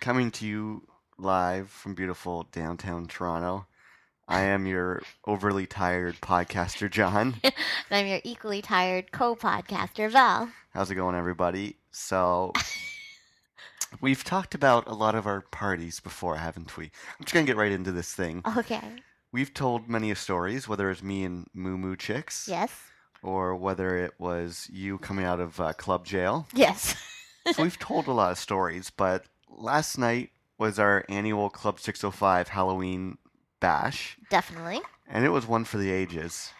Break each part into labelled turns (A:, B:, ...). A: coming to you live from beautiful downtown Toronto. I am your overly tired podcaster, John.
B: And I'm your equally tired co-podcaster, Val.
A: How's it going, everybody? So, we've talked about a lot of our parties before, haven't we? I'm just going to get right into this thing.
B: Okay.
A: We've told many a stories, whether it's me and Moo Moo Chicks,
B: Yes.
A: or whether it was you coming out of uh, club jail.
B: Yes.
A: so we've told a lot of stories, but last night was our annual Club 605 Halloween bash,
B: Definitely.
A: and it was one for the ages.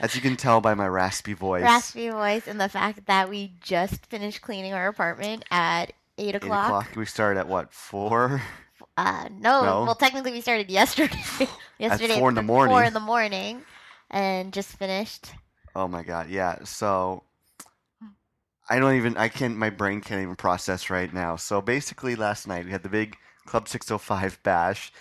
A: As you can tell by my raspy voice,
B: Raspy voice and the fact that we just finished cleaning our apartment at eight
A: 8
B: o'clock.
A: o'clock, we started at what, 4?
B: Uh, no.
A: No.
B: Well, technically, we started yesterday. yesterday
A: four in the
B: at
A: morning.
B: Four in the morning, and just finished.
A: Oh my god, yeah. So I don't even I can't my brain can't even process right now. So basically last night we had the big Club 605 bash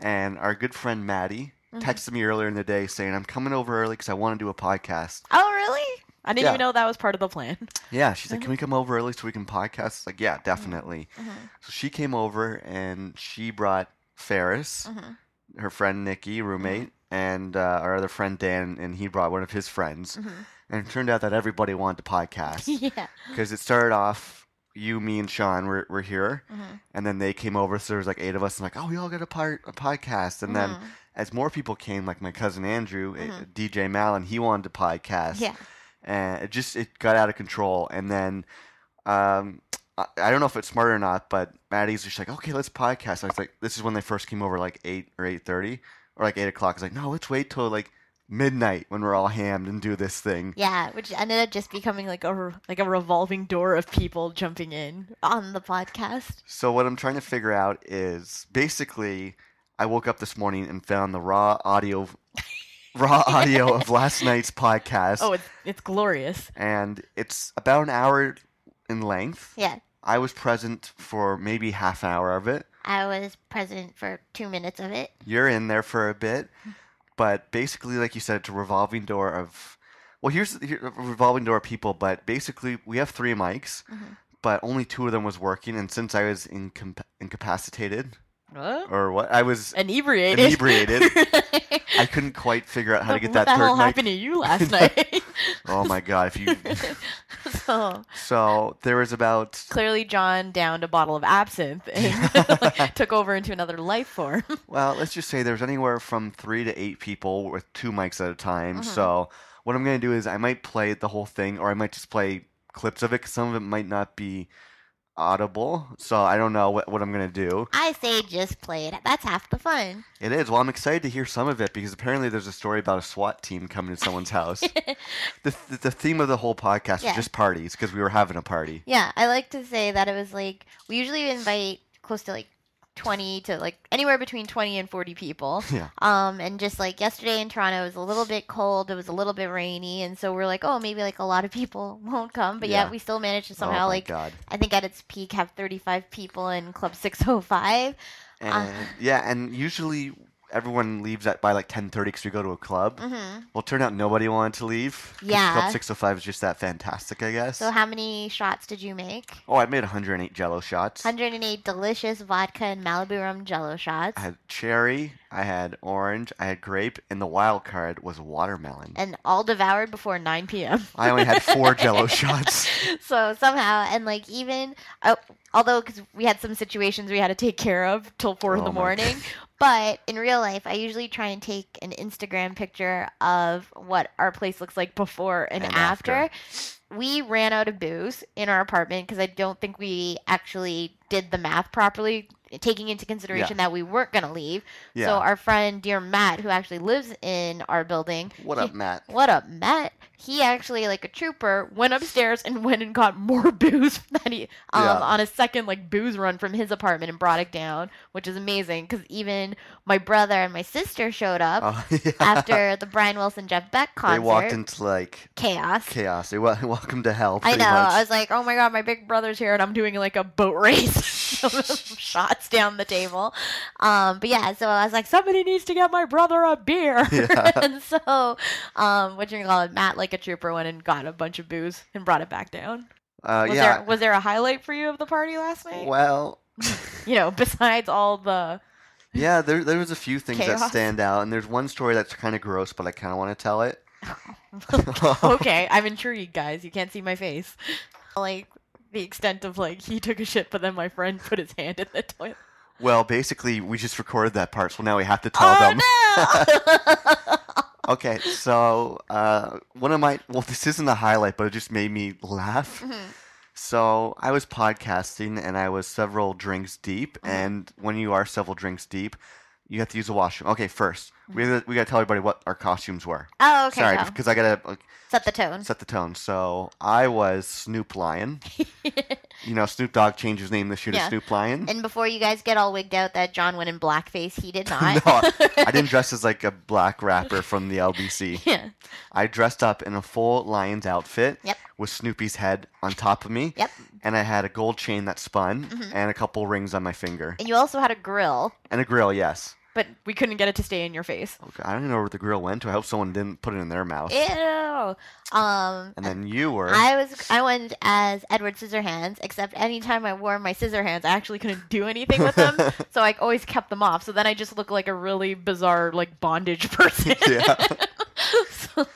A: and our good friend Maddie
B: Mhm.
A: texted me earlier in the day saying I'm coming over early cuz I want to do a podcast.
B: Oh, really?
C: I didn't
A: Yeah.
C: even know that was part of the plan.
A: Yeah, she's like can we come over early so we can podcast? It's Like yeah, definitely.
B: Mhm,
A: So she came over and she brought Ferris,
B: mhm,
A: her friend Nikki, roommate, and uh, our other friend Dan and he brought one of his friends.
D: Mm-hmm.
B: mhm.
A: And it turned out that everybody wanted to podcast.
B: yeah.
A: because it started off you, me, and Sean were, were here,
B: Mhm,
A: and then they came over. So there was like eight of us, and like, oh, we all got a part a podcast. And then
B: mhm.
A: as more people came, like my cousin Andrew, eh,
B: Mhm.
A: DJ Malin, he wanted to podcast.
B: yeah.
A: and it just it got out of control. And then um, I, I don't know if it's smart or not, but Maddie's just like, okay, let's podcast. I was like, this is when they first came over, like eight or eight thirty or like eight o'clock. I was like, no, let's wait till like midnight when we're all hammed and do this thing.
B: Yeah, which ended up just becoming like a r-
C: Like a revolving door of people jumping in.
B: on the podcast.
A: So what I'm trying to figure out is basically I woke up this morning and found the raw audio raw audio of last night's podcast
C: Oh, it's it's glorious.
A: and it's about an hour in length.
B: Yeah,
A: I was present for maybe half an hour of it.
B: I was present for two minutes of it.
A: You're in there for a bit. But basically like you said it's a revolving door of well here's here, a revolving door of people but basically we have three mics
C: Mm-hmm.
B: Mhm.
A: but only two of them was working and since I was incompa- incapacitated
C: Huh?
A: or what I was
C: Inebriated.
A: inebriated
B: How
A: I couldn't quite figure out how to get that
C: what the
A: third
C: hell
A: mic.
C: happened to you last night? Oh.
A: Oh my god! If you
B: so
A: so there was about
C: Clearly, John downed a bottle of absinthe and like, took over into another life form.
A: well, let's just say there's anywhere from three to eight people with two mics at a time.
B: Mhm.
A: So what I'm gonna do is I might play the whole thing, or I might just play clips of it. 'cause some of it might not be audible, so I don't know what, what I'm gonna do.
B: I say just play it. That's half the fun.
A: It is well, I'm excited to hear some of it because apparently there's a story about a SWAT team coming to someone's house. the, the the theme of the whole podcast
B: Yeah.
A: was just parties because we were having a party.
B: Yeah, I like to say that it was like we usually invite close to like 20 to like anywhere between 20 and 40 people.
A: Yeah.
B: Um and just like yesterday in Toronto it was a little bit cold, it was a little bit rainy and so we're like, oh, maybe like a lot of people won't come, but
A: Yeah.
B: yet we still managed to somehow
A: oh my
B: like
A: god.
B: I think at its peak have 35 people in Club 605. Uh.
A: And, yeah, and usually everyone leaves at by like 10:30 because we go to a club.
B: hmm
A: Well, it turned out nobody wanted to leave. 'cause
B: Yeah.
A: Club 605 is just that fantastic, I guess.
B: So how many shots did you make?
A: oh, I made 108 Jello shots.
B: 108 delicious vodka and Malibu rum jello shots.
A: I had cherry, I had orange, I had grape, and the wild card was watermelon.
B: and all devoured before
C: Before 9 p.m.
A: I only had four Jello shots.
B: so somehow and like even uh, although because we had some situations we had to take care of till four in
A: Oh
B: the
A: my
B: morning but in real life i usually try and take an instagram picture of what our place looks like before and,
A: And
B: after.
A: after.
B: we ran out of booze in our apartment because i don't think we actually did the math properly taking into consideration that we weren't going to leave
A: Yeah.
B: so our friend dear matt who actually lives in our building
A: what up, Matt?
B: what up, Matt? He actually, like a trooper, went upstairs and went and got more booze that he um,
A: Yeah.
B: on a second like booze run from his apartment and brought it down, which is amazing because even my brother and my sister showed up
A: Oh, yeah.
B: after the Brian Wilson Jeff Beck
A: they
B: concert.
A: walked into like
B: chaos.
A: chaos. They wel- welcome to hell.
B: I
A: pretty
B: know.
A: Much.
B: I was like, oh my god, my big brother's here, and I'm doing like a boat race, shots down the table. Um, but yeah, so I was like, somebody needs to get my brother a beer.
A: Yeah.
B: and so, um, what you call it, Matt, like a trooper, went and got a bunch of booze and brought it back down.
A: uh,
C: Was
A: yeah.
C: there was there a highlight for you of the party last night?
A: Well,
E: you know, besides all the
A: Yeah, there there was a few things that
E: Chaos.
A: stand out, and there's one story that's kind of gross, but I kind of want to tell it.
B: Oh.
E: okay, I'm intrigued, guys. You can't see my face. Like the extent of like he took a shit, but then my friend put his hand in the toilet.
A: Well, basically, we just recorded that part, so now we have to tell
E: Oh
A: them.
B: Oh,
E: no!
A: Okay, so uh, one of my well, this isn't a highlight, but it just made me laugh.
B: Mm-hmm.
E: Mhm.
A: So I was podcasting, and I was several drinks deep.
B: Mm-hmm.
A: And when you are several drinks deep, you have to use the washroom. Okay, 1st we gotta, we gotta tell everybody what our costumes were.
B: Mm-hmm. Oh, okay.
A: Sorry,
B: go.
A: because I gotta uh,
B: Set the tone.
A: set the tone. So I was Snoop Lion. you know, Snoop Dogg changed his name this year
B: Yeah.
A: to Snoop Lion.
B: and before you guys get all wigged out that John went in blackface, he did not.
A: no, I didn't dress as like a black rapper from the LBC.
E: yeah.
A: I dressed up in a full lion's outfit
B: Yep.
A: with Snoopy's head on top of me.
B: Yep.
A: And I had a gold chain that spun
B: Mhm.
A: and a couple rings on my finger.
B: And you also had a grill.
A: And a grill, yes.
E: But we couldn't get it to stay in your face.
A: Okay, I don't even know where the grill went to. I hope someone didn't put it in their mouth. Oh.
B: Ew. Um,
A: and then you were.
B: I was I went as Edward Scissorhands, except anytime I wore my scissor hands, I actually couldn't do anything with
A: Oh,
B: them.
E: So I Um, always kept them off. So then I just look like a really bizarre like bondage person.
A: yeah.
E: so,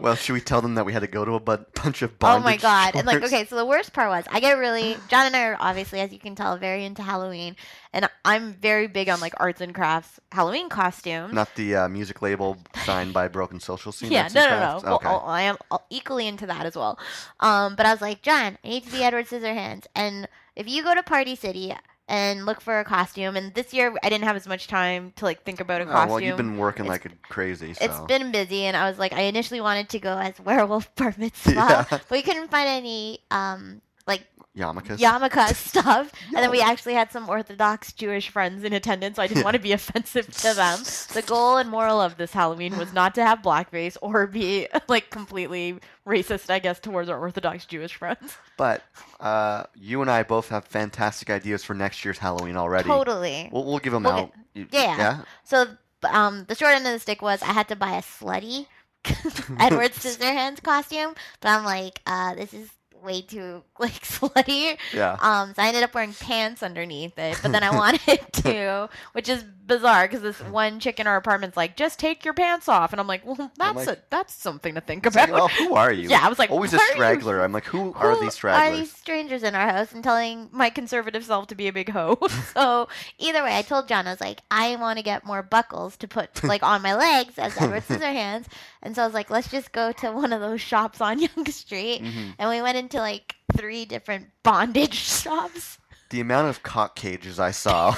A: Well, should we tell them that we had to go to a bu- bunch of
B: Oh
A: bondage
B: my god! And like,
A: stores?
B: okay, so the worst part was I get really John and I are obviously, as you can tell, very into Halloween, and I'm very big on like arts and crafts Halloween costumes.
A: Not the uh, music label signed by Broken Social Scene.
E: Yeah,
A: Arts
E: no,
A: and
E: no, no.
A: Crafts?
E: Well,
A: Okay.
B: Well, uh, I am equally into that as well. Um, but I was like, John, I need to be Edward Scissorhands. And if you go to Party City and look for a costume, and this year I didn't have as much time to like think about a
A: Oh,
B: costume.
A: well, you've been working
B: It's-
A: like a crazy. So.
B: It's been busy, and I was like, I initially wanted to go as werewolf bar mitzvah,
A: Yeah.
B: but we couldn't find any um like
A: Yarmulkes?
B: yarmulke stuff. and then we actually had some Orthodox Jewish friends in attendance, so I didn't
A: Yeah.
B: want to be offensive to them.
E: the goal and moral of this Halloween was not to have blackface or be like completely racist, I guess, towards our Orthodox Jewish friends.
A: But uh, you and I both have fantastic ideas for next year's Halloween already.
B: Totally.
A: We'll, we'll give them
B: We'll
A: out. Y-
B: yeah. So um, the short end of the stick was I had to buy a slutty Edward Scissorhands costume, but I'm like, uh, this is way too like slutty.
A: Yeah.
B: Um, so I ended up wearing pants underneath it, but then I wanted to, which is bizarre because this one chick in our apartment's like,
E: Just take your pants off, and I'm like, well, that's
A: like-
E: a, that's something to think
A: It's like,
E: about.
A: oh, who are you?
E: yeah, I was like,
A: Always a
E: "Why are you
A: straggler. I'm like, who,
B: Who
A: are these stragglers?
B: Are these strangers in our house and telling?
E: my conservative self to be a big hoe.
B: So either way, I told John I was like, I want to get more buckles to put like on my legs as Edward Scissorhands, and so I was like, let's just go to one of those shops on Young Street,
A: Mhm.
B: and we went into like three different bondage shops.
A: The amount of cock cages I saw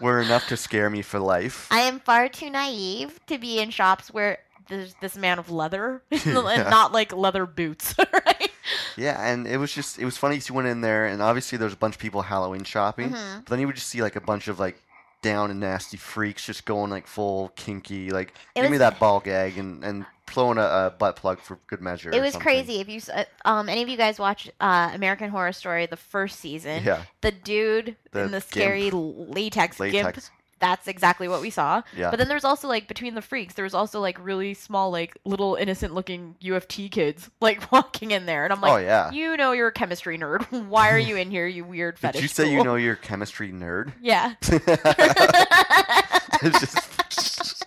A: were enough to scare me for life.
B: I am far too naive to be in shops where
E: There's this man of leather,
A: Yeah.
E: and not like leather boots, right?
A: yeah, and it was just, it was funny. 'cause You went in there, and obviously there's a bunch of people Halloween shopping.
B: Mhm.
A: But then you would just see like a bunch of like down and nasty freaks just going like full kinky, like
B: It
A: give me
B: was-
A: that ball gag and and throwing a, a butt plug for good measure.
B: it
A: or
B: was
A: something.
B: crazy. If you s- uh, um any of you guys watched uh, American Horror Story the first season,
A: Yeah,
B: the dude
A: The
B: in the
A: gimp.
B: scary latex, gimp.
A: latex.
E: That's exactly what we saw.
A: Yeah,
E: But then there's also like between the freaks, there was also like really small, like little innocent looking UFT kids like walking in there, and I'm
A: oh
E: like,
A: yeah.
E: you know, you're a chemistry nerd. Why are you in here, you weird fetish?
A: Did you say you
E: tool?"
A: know you're a chemistry nerd?
E: Yeah.
A: It's just-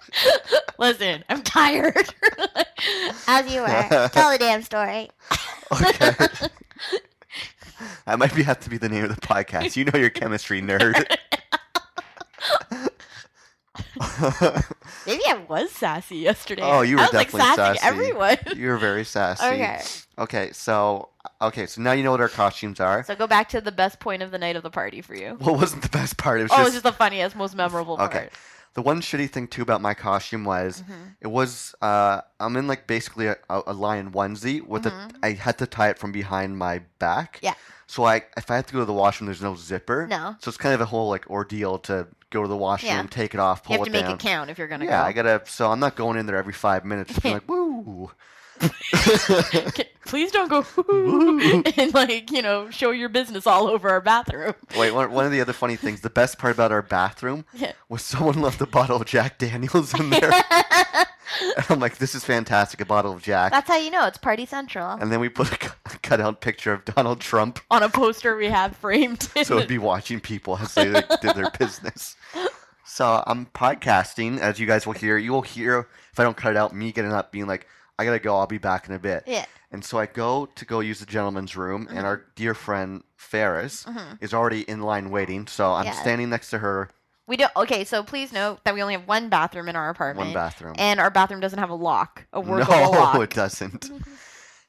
E: Listen, I'm tired.
B: As you were, tell the damn story.
A: okay. That might be have to be the name of the podcast. You know you're a chemistry nerd.
B: Maybe I
E: was sassy yesterday.
A: Oh, you were
E: I was, like,
A: definitely
E: sassy.
A: sassy.
E: Everyone.
A: you're very sassy.
B: okay.
A: Okay, so okay, so now you know what our costumes are.
E: So go back to the best point of the night of the party for you.
A: what wasn't the best part? It was
E: oh, it
A: just
E: was just the funniest, most memorable part. Mm-hmm.
A: Okay. The one shitty thing too about my costume was
B: Mhm.
A: it was uh, I'm in like basically a, a a lion onesie with
E: Mm-hmm.
B: Mhm.
A: a I had to tie it from behind my back.
B: Yeah.
A: So I if I had to go to the washroom, there's no zipper.
B: No.
A: So it's kind of a whole like ordeal to go to the washroom,
B: Yeah.
A: take it off,
E: You
A: pull
E: have
A: it
E: to make
A: down.
E: it count if you're gonna
A: yeah, I
E: go.
A: gotta. So I'm not going in there every five minutes. Just being like, woo.
E: Okay, Please don't go
A: Woo.
E: and like you know show your business all over our bathroom.
A: Wait, one, one of the other funny things. The best part about our bathroom
E: Yeah.
A: was someone left a bottle of Jack Daniels in there. And I'm like, this is fantastic, a bottle of Jack.
B: That's how you know it's Party Central.
A: and then we put a cu- cut out picture of Donald Trump,
E: on a poster we have framed. in
A: so
E: the-
A: it'd be watching people as they like, did their business. So I'm podcasting, as you guys will hear. You will hear if I don't cut it out, me getting up, being like, I gotta go. I'll be back in a bit.
B: Yeah.
A: And so I go to go use the gentleman's room,
B: Mhm.
A: and our dear friend Ferris
B: Mhm.
A: is already in line waiting. So I'm
B: Yeah.
A: standing next to her,
E: we don't. Okay, so please note that we only have one bathroom in our apartment,
A: one bathroom.
E: and our bathroom doesn't have a lock, a workable
A: no,
E: lock.
A: it doesn't.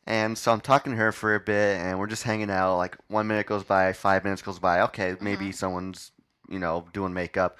A: And so I'm talking to her for a bit, and we're just hanging out. Like one minute goes by, five minutes goes by. Okay, maybe someone's you know doing makeup.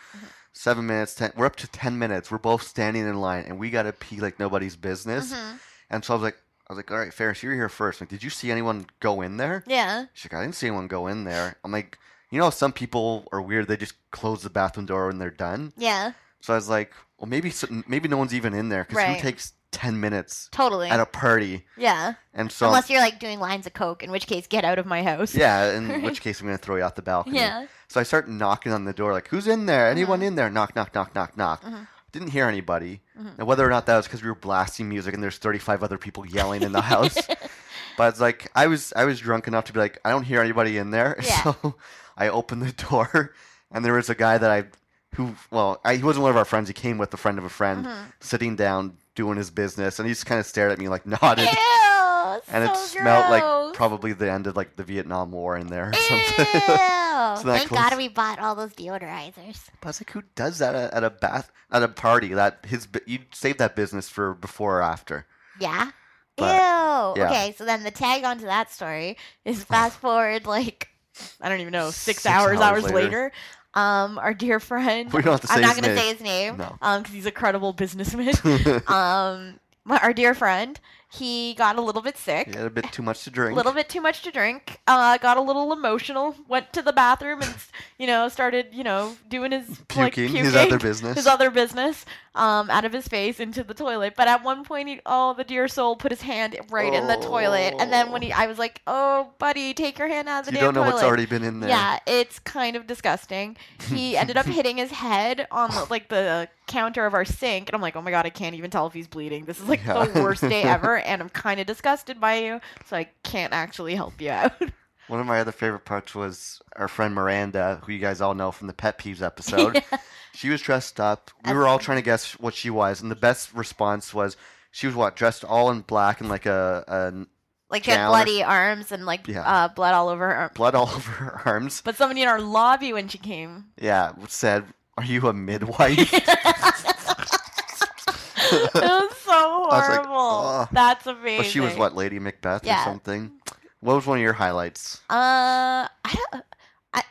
A: Seven minutes, ten. We're up to ten minutes. We're both standing in line, and we gotta pee like nobody's business.
B: Mhm.
A: And so I was like, I was like, all right, Ferris, you were here first. Like, did you see anyone go in there?
B: Yeah.
A: She's like, I didn't see anyone go in there. I'm like, you know, some people are weird. They just close the bathroom door when they're done.
B: Yeah.
A: So I was like, well, maybe so- maybe no one's even in there because
B: Right.
A: who takes ten minutes
B: Totally.
A: at a party?
B: Yeah.
A: And so,
B: Unless you're like doing lines of coke, in which case, get out of my house.
A: yeah, in which case I'm gonna throw you out the balcony.
B: Yeah. Uh-huh.
A: So I start knocking on the door, like, who's in there? Anyone in there? Knock, knock, knock, knock, knock.
B: Mhm.
A: Didn't hear anybody.
B: Mhm.
A: Now, whether or not that was because we were blasting music and there's 35 other people yelling in the house, but it's like I was I was drunk enough to be like, I don't hear anybody in there.
B: Yeah.
A: So I opened the door, and there was a guy that I, who well, I, he wasn't one of our friends. He came with a friend of a friend,
B: Mhm.
A: sitting down doing his business, and he just kind of stared at me like nodded.
B: Ew.
A: And
B: so
A: it smelled like
B: gross.
A: probably the end of like the Vietnam War in there or
B: Ew.
A: something.
B: Oh, Thank God
A: close.
B: we bought all those deodorizers.
A: I was like, who does that at, at a bath at a party? That his bu- you save that business for before or after.
B: Yeah.
A: But,
B: Ew.
A: yeah.
B: Okay, so then the tag onto that story is fast forward like
E: I don't even know. Six,
A: Six
E: hours, hours,
A: hours later.
E: later. um, our dear friend.
A: We don't have to say
B: I'm not
A: his
B: gonna
A: name.
B: say his name.
A: No.
E: um, because he's a credible businessman.
A: he
B: um, my, our dear friend, he got a little bit sick.
A: had a bit too much to
B: A
A: drink.
B: little bit too much to drink. Uh, got a little emotional. Went to the bathroom and, you know, started, you know, doing his
A: puking,
B: like, puking
A: his other business.
B: his other business um, out of his face into the toilet. But at one point, he, oh, the dear soul put his hand right in the toilet. And then when he, I was like, oh, buddy, take your hand out of the
A: you
B: damn
A: don't know
B: toilet.
A: what's already been in there.
B: Yeah, it's kind of disgusting. He ended up hitting his head on the, like the counter of our sink, and I'm like, oh my god, I can't even tell if he's bleeding. This is like
A: Yeah.
B: the worst day ever, and I'm kind of disgusted by you, so I can't actually help you out.
A: One of my other favorite parts was our friend Miranda, who you guys all know from the pet peeves episode. She was dressed up. We were all trying to guess what she was, and the best response was she was what dressed all in black and like a, a
B: like she had
A: Down.
B: bloody arms and like
A: Yeah.
B: uh, blood all over her. Arm.
A: blood all over her arms.
E: But somebody in our lobby when she came,
A: Yeah, said, "Are you a midwife?"
B: It was so
A: was like,
B: horrible.
A: "Ugh."
B: That's amazing.
A: But she was what Lady Macbeth or
B: Yeah.
A: something. What was one of your highlights?
B: Uh, I don't. I,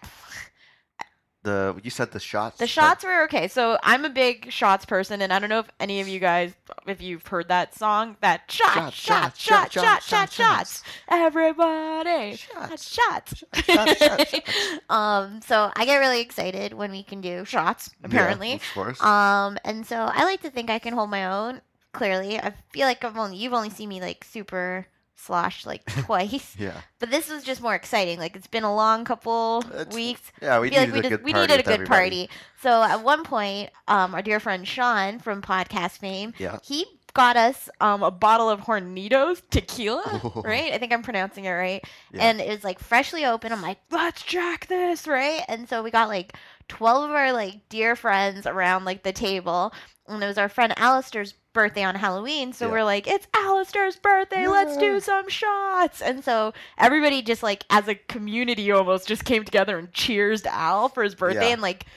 A: The you said the shots.
B: the shots were okay. So I'm a big shots person, and I don't know if any of you guys, if you've heard that song, that shot, shot, shot, shot, shot, shots. Everybody,
A: Shots.
B: shots, shots.
A: Shots, shots, shots.
B: um, so I get really excited when we can do shots.
A: Yeah,
B: Apparently,
A: of course.
B: Um, and so I like to think I can hold my own. Clearly, I feel like I've only you've only seen me like super slosh like twice,
A: yeah,
B: but this was just more exciting. Like it's been a long couple
A: It's-
B: weeks.
A: yeah. We
B: I feel like
A: needed
B: we,
A: a
B: just,
A: good
B: we
A: party
B: needed a
A: with
B: good
A: everybody.
B: party. So at one point, um, our dear friend Sean from podcast fame,
A: Yeah.
B: he
E: got us um, a bottle of Hornitos tequila,
A: Oh.
E: right?
B: right, I think I'm pronouncing it right,
A: Yeah.
B: and it was like freshly open. I'm like,
E: Let's jack this.
B: this, right? And so we got like 12 of our like dear friends around like the table. And it was our friend Alistair's birthday on Halloween. So
A: Yeah.
B: we're like, it's Alistair's birthday. Let's
A: Yeah.
B: do some shots. And
E: And so everybody just like as a community almost just came together and cheers to Al for his birthday
A: Yeah.
E: and like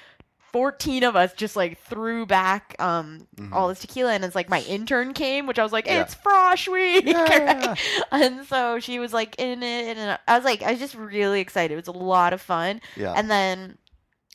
E: 14 of us just like threw back um
A: Mhm.
E: all this tequila and it's like my intern came which I was like
A: Yeah.
E: it's frosh week
A: Yeah.
E: and so she was like in it and I was like I was just really excited it was a lot of fun
A: Yeah.
E: and then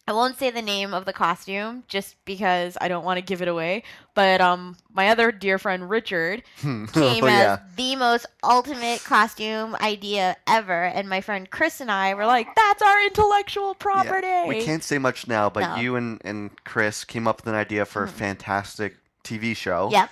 E: I won't say the name of the costume just because I don't want to give it away but um my other dear friend Richard
A: Hmm.
B: came
A: oh, yeah.
B: as the most ultimate costume idea ever. And my friend Chris and I were like,
E: that's our intellectual property
A: We can't say much now,
B: No.
A: but you and, and Chris came up with an idea for a
B: Mhm.
A: fantastic TV show.
B: yep.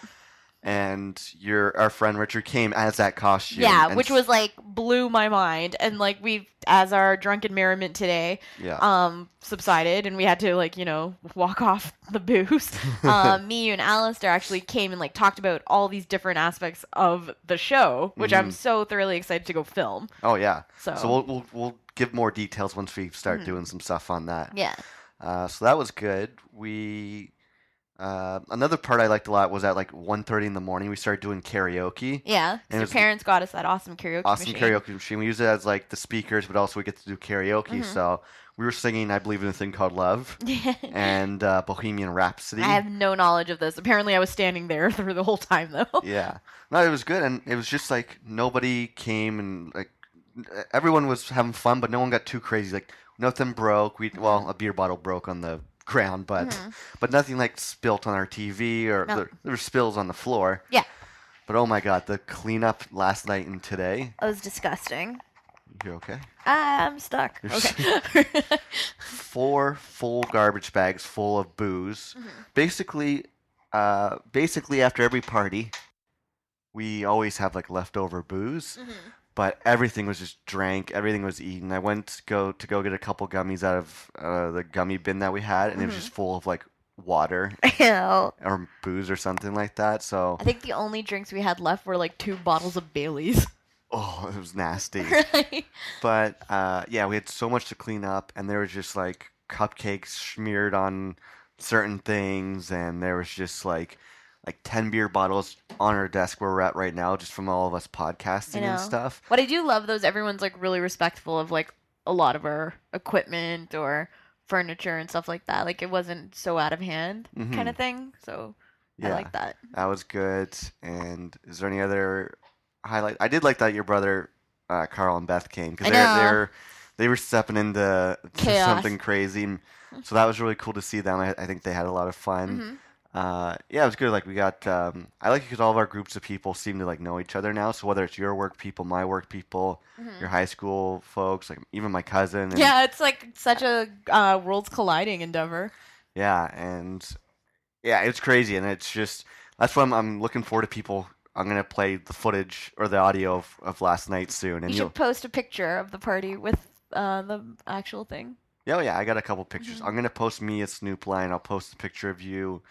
A: and your our friend Richard came as that costume.
E: yeah,
A: and
E: which
A: s-
E: was like blew my mind, and like we, as our drunken merriment today,
A: yeah.
E: um, subsided, and we had to like you know walk off the booze. um, me, you, and Alistair actually came and like talked about all these different aspects of the show, which I'm
A: Mhm.
E: so thoroughly excited to go film.
A: oh yeah.
E: So,
A: So we'll, we'll we'll give more details once we start
E: Mhm.
A: doing some stuff on that.
B: Yeah.
A: Uh, so that was good. We uh, another part I liked a lot was at like 1.30 in the morning we started doing karaoke.
B: Yeah.
A: And it
E: your
A: was
E: parents got us that awesome karaoke
A: awesome
E: machine.
A: karaoke machine. We use it as like the speakers, but also we get to do karaoke.
E: Mhm.
A: So we were singing, I believe, in a thing called Love and uh, Bohemian Rhapsody.
E: I have no knowledge of this. Apparently, I was standing there through the whole time, though.
A: yeah, no, it was good, and it was just like nobody came and like everyone was having fun, but no one got too crazy. Like nothing broke. We well, a beer bottle broke on the ground, but
B: Mhm.
A: but nothing like spilt on our TV or
B: No.
A: there, there were spills on the floor.
B: Yeah.
A: But oh my god, the cleanup last night and today.
B: It was disgusting.
A: You okay?
B: Ah, I'm stuck.
A: You're
E: Okay.
A: four full garbage bags full of booze.
B: Mhm.
A: Basically, uh, basically after every party, we always have like leftover booze,
B: Mhm.
A: but everything was just drank. Everything was eaten. I went to go to go get a couple gummies out of uh, the gummy bin that we had, and it was
E: Mhm.
A: just full of like water
B: Ew.
A: or booze or something like that. So
E: I think the only drinks we had left were like two bottles of Bailey's.
A: oh, it was nasty.
E: Right.
A: But uh, yeah, we had so much to clean up, and there was just like cupcakes smeared on certain things, and there was just like like ten beer bottles on our desk where we're at right now, just from all of us podcasting
B: know.
A: and stuff.
E: What I do love though is everyone's like really respectful of like a lot of our equipment or furniture and stuff like that. Like it wasn't so out of hand kind of thing. So I
A: Mm-hmm. Yeah,
E: like that.
A: that was good. And is there any other highlight? I did like that your brother uh, Carl and Beth came
B: I
A: because they're
B: know.
A: they're they were stepping into to
E: Chaos.
A: something crazy, and so that was really cool to see them. I, I think they had a lot of fun.
E: Mm-hmm.
B: Mhm.
A: Uh, yeah, it was good. Like we got, um, I like because all of our groups of people seem to like know each other now. So whether it's your work people, my work people,
B: Mhm.
A: your high school folks, like even my cousin. And,
E: Mm-hmm. Yeah, it's like such a uh, worlds colliding endeavor.
A: Yeah, and yeah, it's crazy, and it's just that's why I'm, I'm looking forward to people. I'm gonna play the footage or the audio of, of last night soon, and
E: You
A: you will
E: should post a picture of the party with uh, the actual thing.
A: yeah, oh, yeah, I got a couple pictures.
B: Mhm.
A: I'm gonna post me a Snoop line. I'll post a picture of you.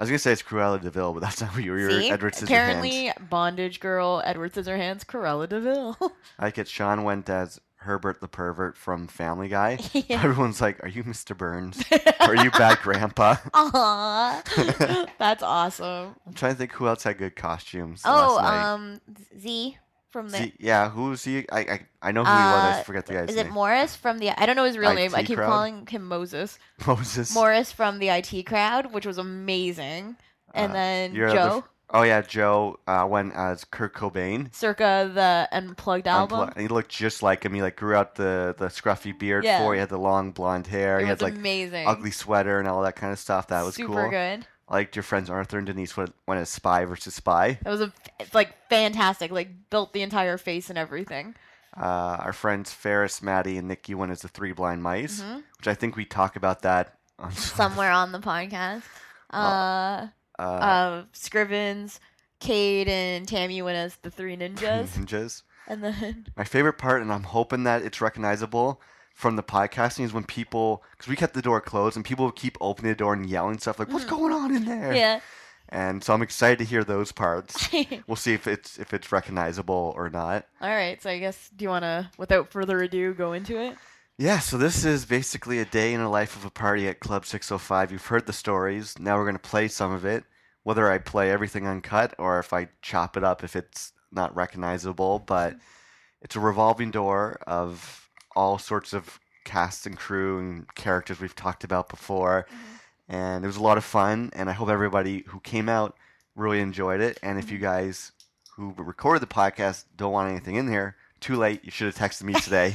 A: I was gonna say it's Cruella Deville, but that's not who you were. You're
B: See?
A: Edward Scissorhands.
E: Apparently, Bondage Girl, Edward Scissorhands, Corella Deville.
A: I like it. Sean went as Herbert the pervert from Family Guy.
B: Yeah.
A: Everyone's like, "Are you Mr. Burns? Are you bad grandpa?"
E: Oh.
B: Aw.
E: That's awesome.
A: I'm trying to think who else had good costumes.
B: Oh,
A: last night.
B: um, Z from the.
A: See- yeah, who's he? I, I I know who he was. I
B: Uh,
A: just forget the guy's
B: Is
A: name.
B: it Morris from the? I don't know his real name. I
A: IT
B: keep
A: crowd?
B: calling
E: Him Moses.
A: Moses.
B: Morris from the
E: The IT crowd, which was amazing. And
A: Uh,
E: then
A: you're the
E: Joe,
A: oh yeah, Joe uh, went as Kurt Cobain.
E: circa the Unplugged album.
A: Unplu- He looked just like him. He like grew out the the scruffy beard
E: Yeah.
A: for. He had the long blonde hair.
E: It
A: he
E: was
A: had like
E: amazing.
A: ugly sweater and all that kind of stuff. That was
E: super
A: cool.
E: good.
A: I liked your friends Arthur and Denise went, went as spy versus spy.
E: It was a it's, like fantastic. Like built the entire face and everything.
A: Uh, our friends Ferris, Maddie, and Nikki went as the three blind mice,
E: Mm-hmm.
B: Mhm.
A: which I think we talk about that on
B: somewhere on the podcast. Uh,
A: Uh,
E: Uh, Scrivens, Cade, and Tammy went as the three ninjas,
A: ninjas.
E: and then
A: My favorite part, and I'm hoping that it's recognizable from the podcasting, is when people, because we kept the door closed, and people would keep opening the door and yelling stuff like, "What's going on in there?"
E: Hmm. yeah,
A: And so I'm excited to hear those parts.
E: all
A: We'll see if it's if it's recognizable or not.
E: right. So I guess do you want to, without further ado, go into it?
A: Yeah, so this is basically a day in the life of a party at Club 605. You've heard the stories. Now we're going to play some of it. Whether I play everything uncut or if I chop it up if it's not recognizable, but it's a revolving door of all sorts of cast and crew and characters we've talked about before. And it was a lot of fun, and I hope everybody who came out really enjoyed it. And if you guys who recorded the podcast don't want anything in here, too late. You should have texted me today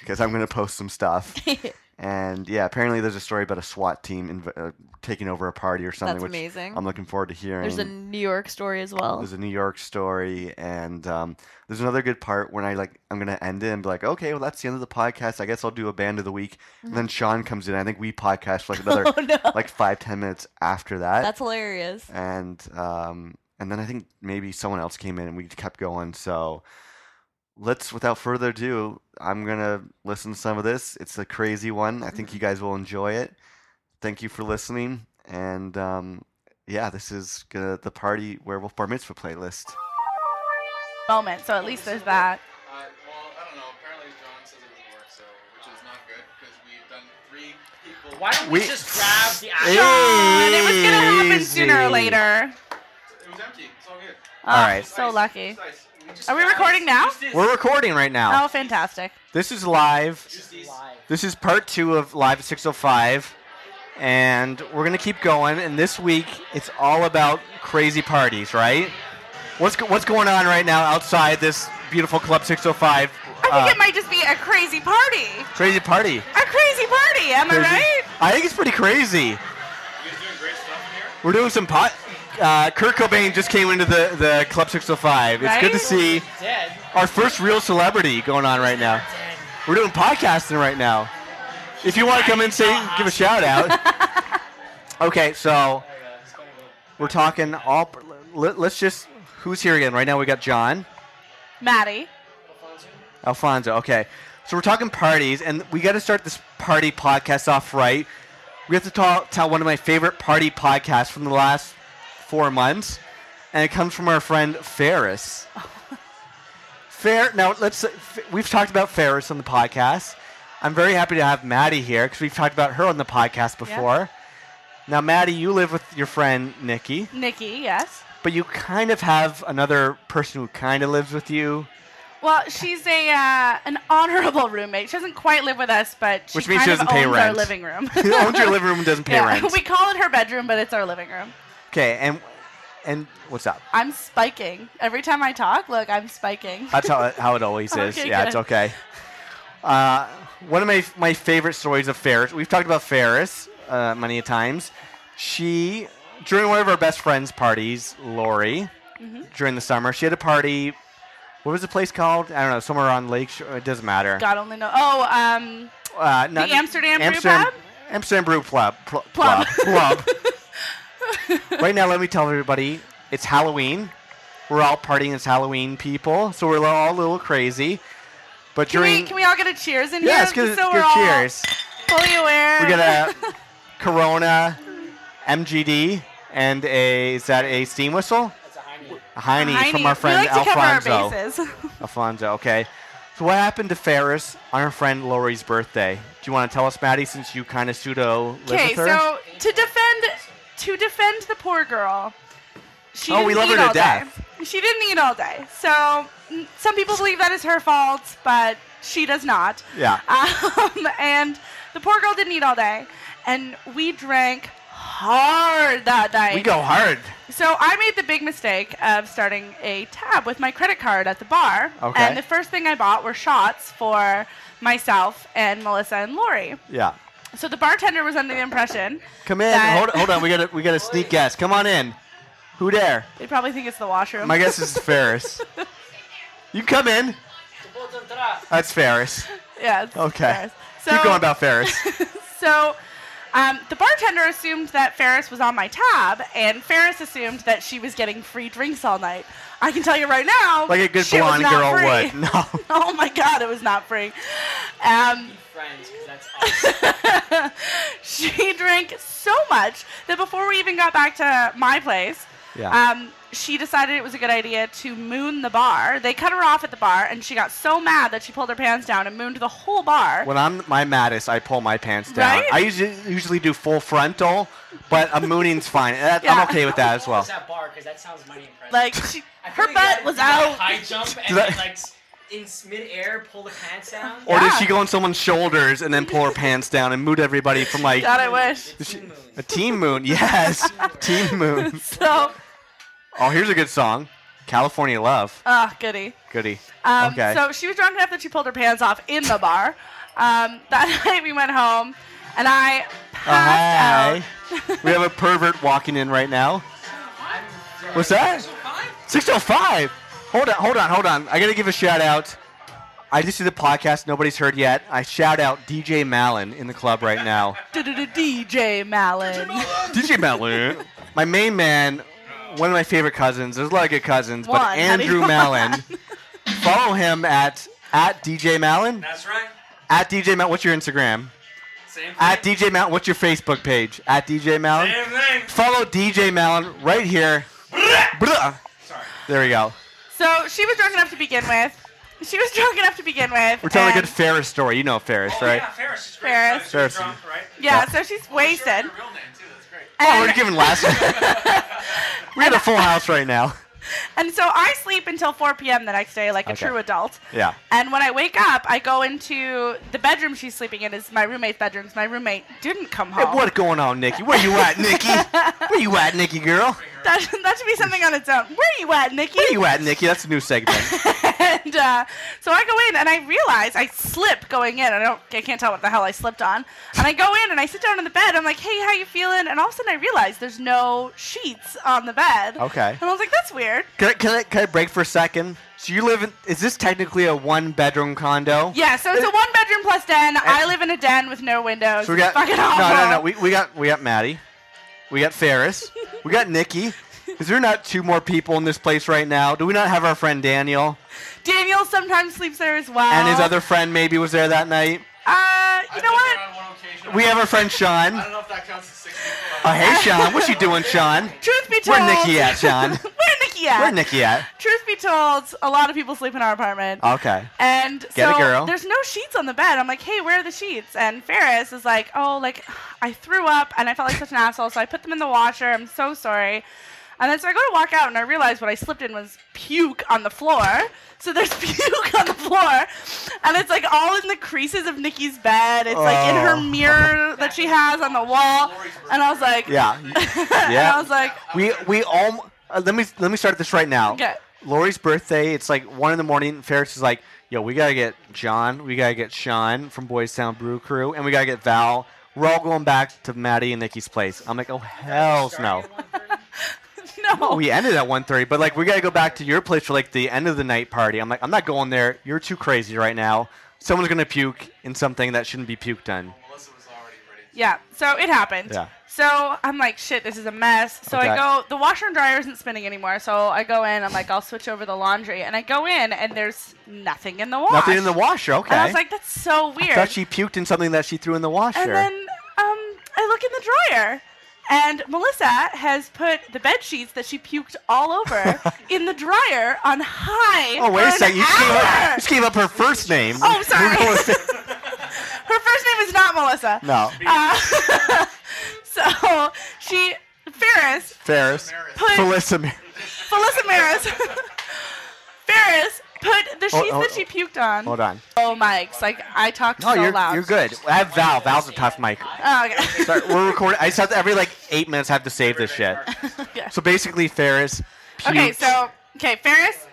A: because I'm going to post some stuff. And yeah, apparently there's a story about a SWAT team inv- uh, taking over a party or something,
E: That's
A: which
E: amazing.
A: I'm looking forward to hearing.
E: There's a New York story as well.
A: There's a New York story, and um, there's another good part when I like I'm gonna end it and be like, okay, well that's the end of the podcast. I guess I'll do a band of the week. And then Sean comes in. I think we podcast for like another
E: Mm-hmm. oh no,
A: like five ten minutes after that,
E: that's hilarious.
A: and um,
F: and then I think maybe someone else came in and we kept going. So let's, without further ado, I'm gonna listen to some of this. It's a crazy one. I
C: Mm-hmm.
F: think you guys will enjoy it. Thank you for listening, and um, yeah, this is gonna, the party werewolf bar mitzvah playlist.
C: moment. So at least there's that.
G: Uh, well, I don't know. Apparently, John says it didn't work, so which is not good because we've done three people.
D: Why don't we,
F: We-
D: just grab the
F: Hey!
D: actual?
C: God, Oh, it was gonna happen sooner or
F: Easy.
C: later. Ah,
G: It was empty. It's all good.
F: All right.
C: So lucky.
G: It's nice. We just
C: Are we
G: grabbed-
C: recording now?
D: Just this-
F: We're recording right now.
C: Oh, fantastic.
F: This is live.
D: just
G: These-
D: live.
F: This is part two of Live at 605, and we're gonna keep going. And this week, it's all about crazy parties, right? What's go- what's going on right now outside this beautiful Club 605?
C: I think
F: uh,
C: it might just be a crazy party.
F: crazy party.
C: A crazy party, am I
F: Crazy-
C: right?
F: I think it's pretty crazy.
G: You guys doing great stuff in here.
F: We're doing some pot. Uh, Kurt Cobain just came into the, the Club 605. It's good to
C: Right?
F: see
D: Dead.
F: our first real celebrity going on right now.
D: Dead.
F: We're doing podcasting right now. If you want to come in, say give a shout out. okay, so
D: There we go. It's kinda good.
F: we're talking all. Let, let's just. Who's here again? Right now we got John,
C: Maddie.
D: Alfonso?
F: Alfonso. Okay, so we're talking parties, and we got to start this party podcast off right. We have to tell, tell one of my favorite party podcasts from the last four months, and it comes from our friend Ferris. Fair. Now let's. uh, We've talked about Ferris on the podcast. I'm very happy to have Maddie here because we've talked about her on the podcast before. Now, Maddie, you live with your friend Nikki,
C: Nikki, yes.
F: but you kind of have another person who kind of lives with you,
C: Well, she's a uh, an honorable roommate. She doesn't quite live with us, but she
F: Which means
C: kind
F: she
C: of
F: doesn't pay
C: owns our
F: rent.
C: living room.
F: who owns your living room and doesn't pay
C: yeah,
F: rent.
C: we call it her bedroom, but it's our living room.
F: Okay, and and what's up?
C: I'm spiking every time I talk. Look, I'm spiking.
F: That's how it, how it always is.
C: Okay,
F: yeah,
C: good.
F: it's okay. Uh, one of my my favorite stories of Ferris. We've talked about Ferris uh, many a times. She during one of our best friends' parties, Lori,
C: Mm-hmm.
F: during the summer, she had a party. What was the place called? I don't know. Somewhere on Lake. Shore. It doesn't matter.
C: God only knows. Oh, um,
F: Uh, not-
C: The Amsterdam Brew Pub?
F: Amsterdam Brew Club. Pl-
C: Plub.
F: Club. right now, let me tell everybody it's Halloween. We're all partying as Halloween people, so we're all a little crazy. But
C: can
F: during
C: we can we all get a cheers in
F: yes,
C: here?
F: good,
C: so
F: good
C: we're
F: cheers.
C: all fully aware.
F: We got a Corona, MGD, and a is that a steam whistle?
D: That's a Heine.
F: A Heine
C: Heine.
F: from our friend
C: we like to
F: Alfonso.
C: cover our bases.
F: Alfonso, okay. So what happened to Ferris on her friend Lori's birthday? Do you want to tell us, Maddie, since you kind of pseudo live
C: Okay,
F: with her?
C: so to defend to defend the poor girl, she
F: Oh,
C: didn't
F: we love
C: eat
F: her to
C: all day. She didn't eat all day, so mm, some people believe that is her fault, but she does not.
F: yeah.
C: Um, and the poor girl didn't eat all day, and we drank hard that night.
F: We go hard.
C: So I made the big mistake of starting a tab with my credit card at the bar.
F: Okay.
C: And the first thing I bought were shots for myself and Melissa and Lori.
F: Yeah.
C: So the bartender was under the impression
F: Come in.
C: That-
F: Hold, hold on. We got to we got a sneak guess. Come on in. Who there?
C: they probably think it's the washroom.
F: My guess is Ferris. You come in. That's Ferris.
C: yeah. it's
F: Okay.
C: Ferris. So,
F: Keep going about Ferris.
C: So um, the bartender assumed that Ferris was on my tab, and Ferris assumed that she was getting free drinks all night. I can tell you right now,
F: Like a good
C: shit Oh, was
F: blonde
C: not
F: girl
C: free.
F: would. No.
C: Oh my god, it was not free. Um,
D: Friends, 'cause that's awesome.
C: she drank so much that before we even got back to my place,
F: Yeah.
C: um, she decided it was a good idea to moon the bar. They cut her off at the bar, and she got so mad that she pulled her pants down and mooned the whole bar.
F: When I'm my maddest, I pull my pants down.
C: Right?
F: I usually usually do full frontal, but a mooning's fine. That-
C: Yeah.
F: I'm okay with that as well.
D: Close that bar, 'cause that sounds money impressive.
C: Like she,
D: I
C: her
D: feel
C: butt
D: like that-
C: was
D: that
C: out.
D: High jump and
F: That-
D: then, like s- in s- mid-air pull the pants down.
F: Or did
C: Yeah.
F: she go on someone's shoulders and then pull her pants down and moot everybody from like
C: God, I wish.
D: It's two moons.
F: a team moon? Yes, team moon.
C: So,
F: Oh, here's a good song, California Love.
C: oh, goody.
F: Goody.
C: Um,
F: okay.
C: So she was drunk enough that she pulled her pants off in the bar. Um, that night we went home, and I passed
F: Uh, Hi. we have a pervert walking in right now. What's that? 605. Hold on, hold on, hold on. I gotta give a shout out. I just did a podcast nobody's heard yet. I shout out DJ Malin in the club right now.
C: out. DJ Malin.
F: DJ Malin, my main man, one of my favorite cousins. There's a lot of good cousins,
C: One, how
F: but
C: do you
F: Andrew
C: know
F: Mallon. follow him at at DJ Mallon.
D: That's right.
F: At DJ Mallon. What's your Instagram?
D: Same thing.
F: At DJ Mallon. What's your Facebook page? At DJ Mallon.
D: Same thing.
F: Follow DJ Mallon right here. Bruh.
D: Sorry.
F: There we go.
C: So she was drunk enough to begin with. She was drunk enough to begin with.
F: We're telling a
C: and-
F: good Ferris story. You know Ferris,
D: Oh,
F: right?
D: yeah, Ferris. She's great.
C: Ferris.
D: She's
F: Ferris.
D: drunk, right?
C: Yeah, so she's
D: Oh, we
C: wasted.
D: sure have Your real name too. That's great.
F: Oh,
C: And-
F: we're giving last. we had a full house right now.
C: And so I sleep until 4 p.m. the next day, like a
F: Okay.
C: true adult.
F: Yeah.
C: And when I wake up, I go into the bedroom she's sleeping in. Is my roommate's bedroom. So My roommate didn't come
F: Hey,
C: home.
F: what going on, Nikki? Where you at, Nikki? Where you at, Nikki girl?
C: That, that should be something on its own. Where you at, Nikki?
F: Where you at, Nikki? That's a new segment.
C: and uh, so I go in and I realize I slip going in. I don't, I can't tell what the hell I slipped on. And I go in and I sit down on the bed. I'm like, hey, how you feeling? And all of a sudden I realize there's no sheets on the bed.
F: Okay.
C: And I was like, that's weird.
F: Can I, can I, can I break for a second? So you live in? Is this technically a one-bedroom condo?
C: Yeah, so it's a one bedroom plus den. I live in a den with no windows.
F: So we got
C: fucking
F: no,
C: awful.
F: no, no. We, we got we got Maddie, we got Ferris, we got Nikki. Is there not two more people in this place right now? Do we not have our friend Daniel
C: Daniel sometimes sleeps there as well.
F: and his other friend maybe was there that night?
C: Uh,
D: I've
C: you know
D: been
C: what?
D: there on one occasion.
F: We have our friend
D: I
F: Sean.
D: don't know if that counts as six people.
F: Oh, hey Sean, what you doing, Sean?
C: Truth be told,
F: Where Nikki at, Sean?
C: where Nikki at?
F: Where Nikki at?
C: Truth be told, a lot of people sleep in our apartment.
F: Okay.
C: And
F: Get a
C: so
F: girl.
C: there's no sheets on the bed. I'm like, hey, where are the sheets? And Ferris is like, oh, like I threw up and I felt like such an asshole, so I put them in the washer. I'm so sorry. And then so I go to walk out and I realize what I slipped in was puke on the floor. So there's puke on the floor, and it's like all in the creases of Nikki's bed. It's like in her
F: Oh.
C: mirror that she has on the wall. And I was like,
F: Yeah.
C: and
F: Yeah.
C: I was like,
F: We we all uh, let me let me start this right now.
C: okay.
F: Lori's birthday. It's like one in the morning. and Ferris is like, "Yo, we gotta get John, we gotta get Sean from Boys Town Brew Crew, and we gotta get Val. We're all going back to Maddie and Nikki's place." I'm like, "Oh hell's no!"
C: no.
F: We ended at 1:30, but like we gotta go back to your place for like the end of the night party. I'm like, "I'm not going there. You're too crazy right now. Someone's gonna puke in something that shouldn't be puked in."
D: Melissa was already ready.
C: Yeah, so it happened.
F: Yeah.
C: So I'm like, shit, this is a mess. So I
F: Okay.
C: go, the washer and dryer isn't spinning anymore. So I go in, I'm like, I'll switch over the laundry. And I go in, and there's nothing in the wash.
F: Nothing in the washer. Okay.
C: And I was like, that's so weird.
F: I thought she puked in something that she threw in the washer.
C: and then um, I look in the dryer, and Melissa has put the bed sheets that she puked all over in the dryer on high.
F: oh wait
C: for
F: a
C: an
F: second! You just gave, up,
C: hour.
F: you just gave up her first name.
C: Oh, I'm sorry.
F: Who was it?
C: Her first name is not Melissa.
F: no,
C: Uh, so she, Ferris,
F: Ferris.
D: Maris.
C: put
F: Felissa Mar-
C: Felissa Maris. Ferris put the sheets
F: Hold- hold-
C: that she puked on.
F: Hold on.
C: Oh, Mike's like I talked
F: No,
C: so
F: you're,
C: loud.
F: you're good. I have Val. Val's a tough mic.
C: Oh, okay.
F: Sorry, we're recording. I just have to, every like eight minutes I have to save this shit. So basically, Ferris. Pukes.
C: okay, so okay, Ferris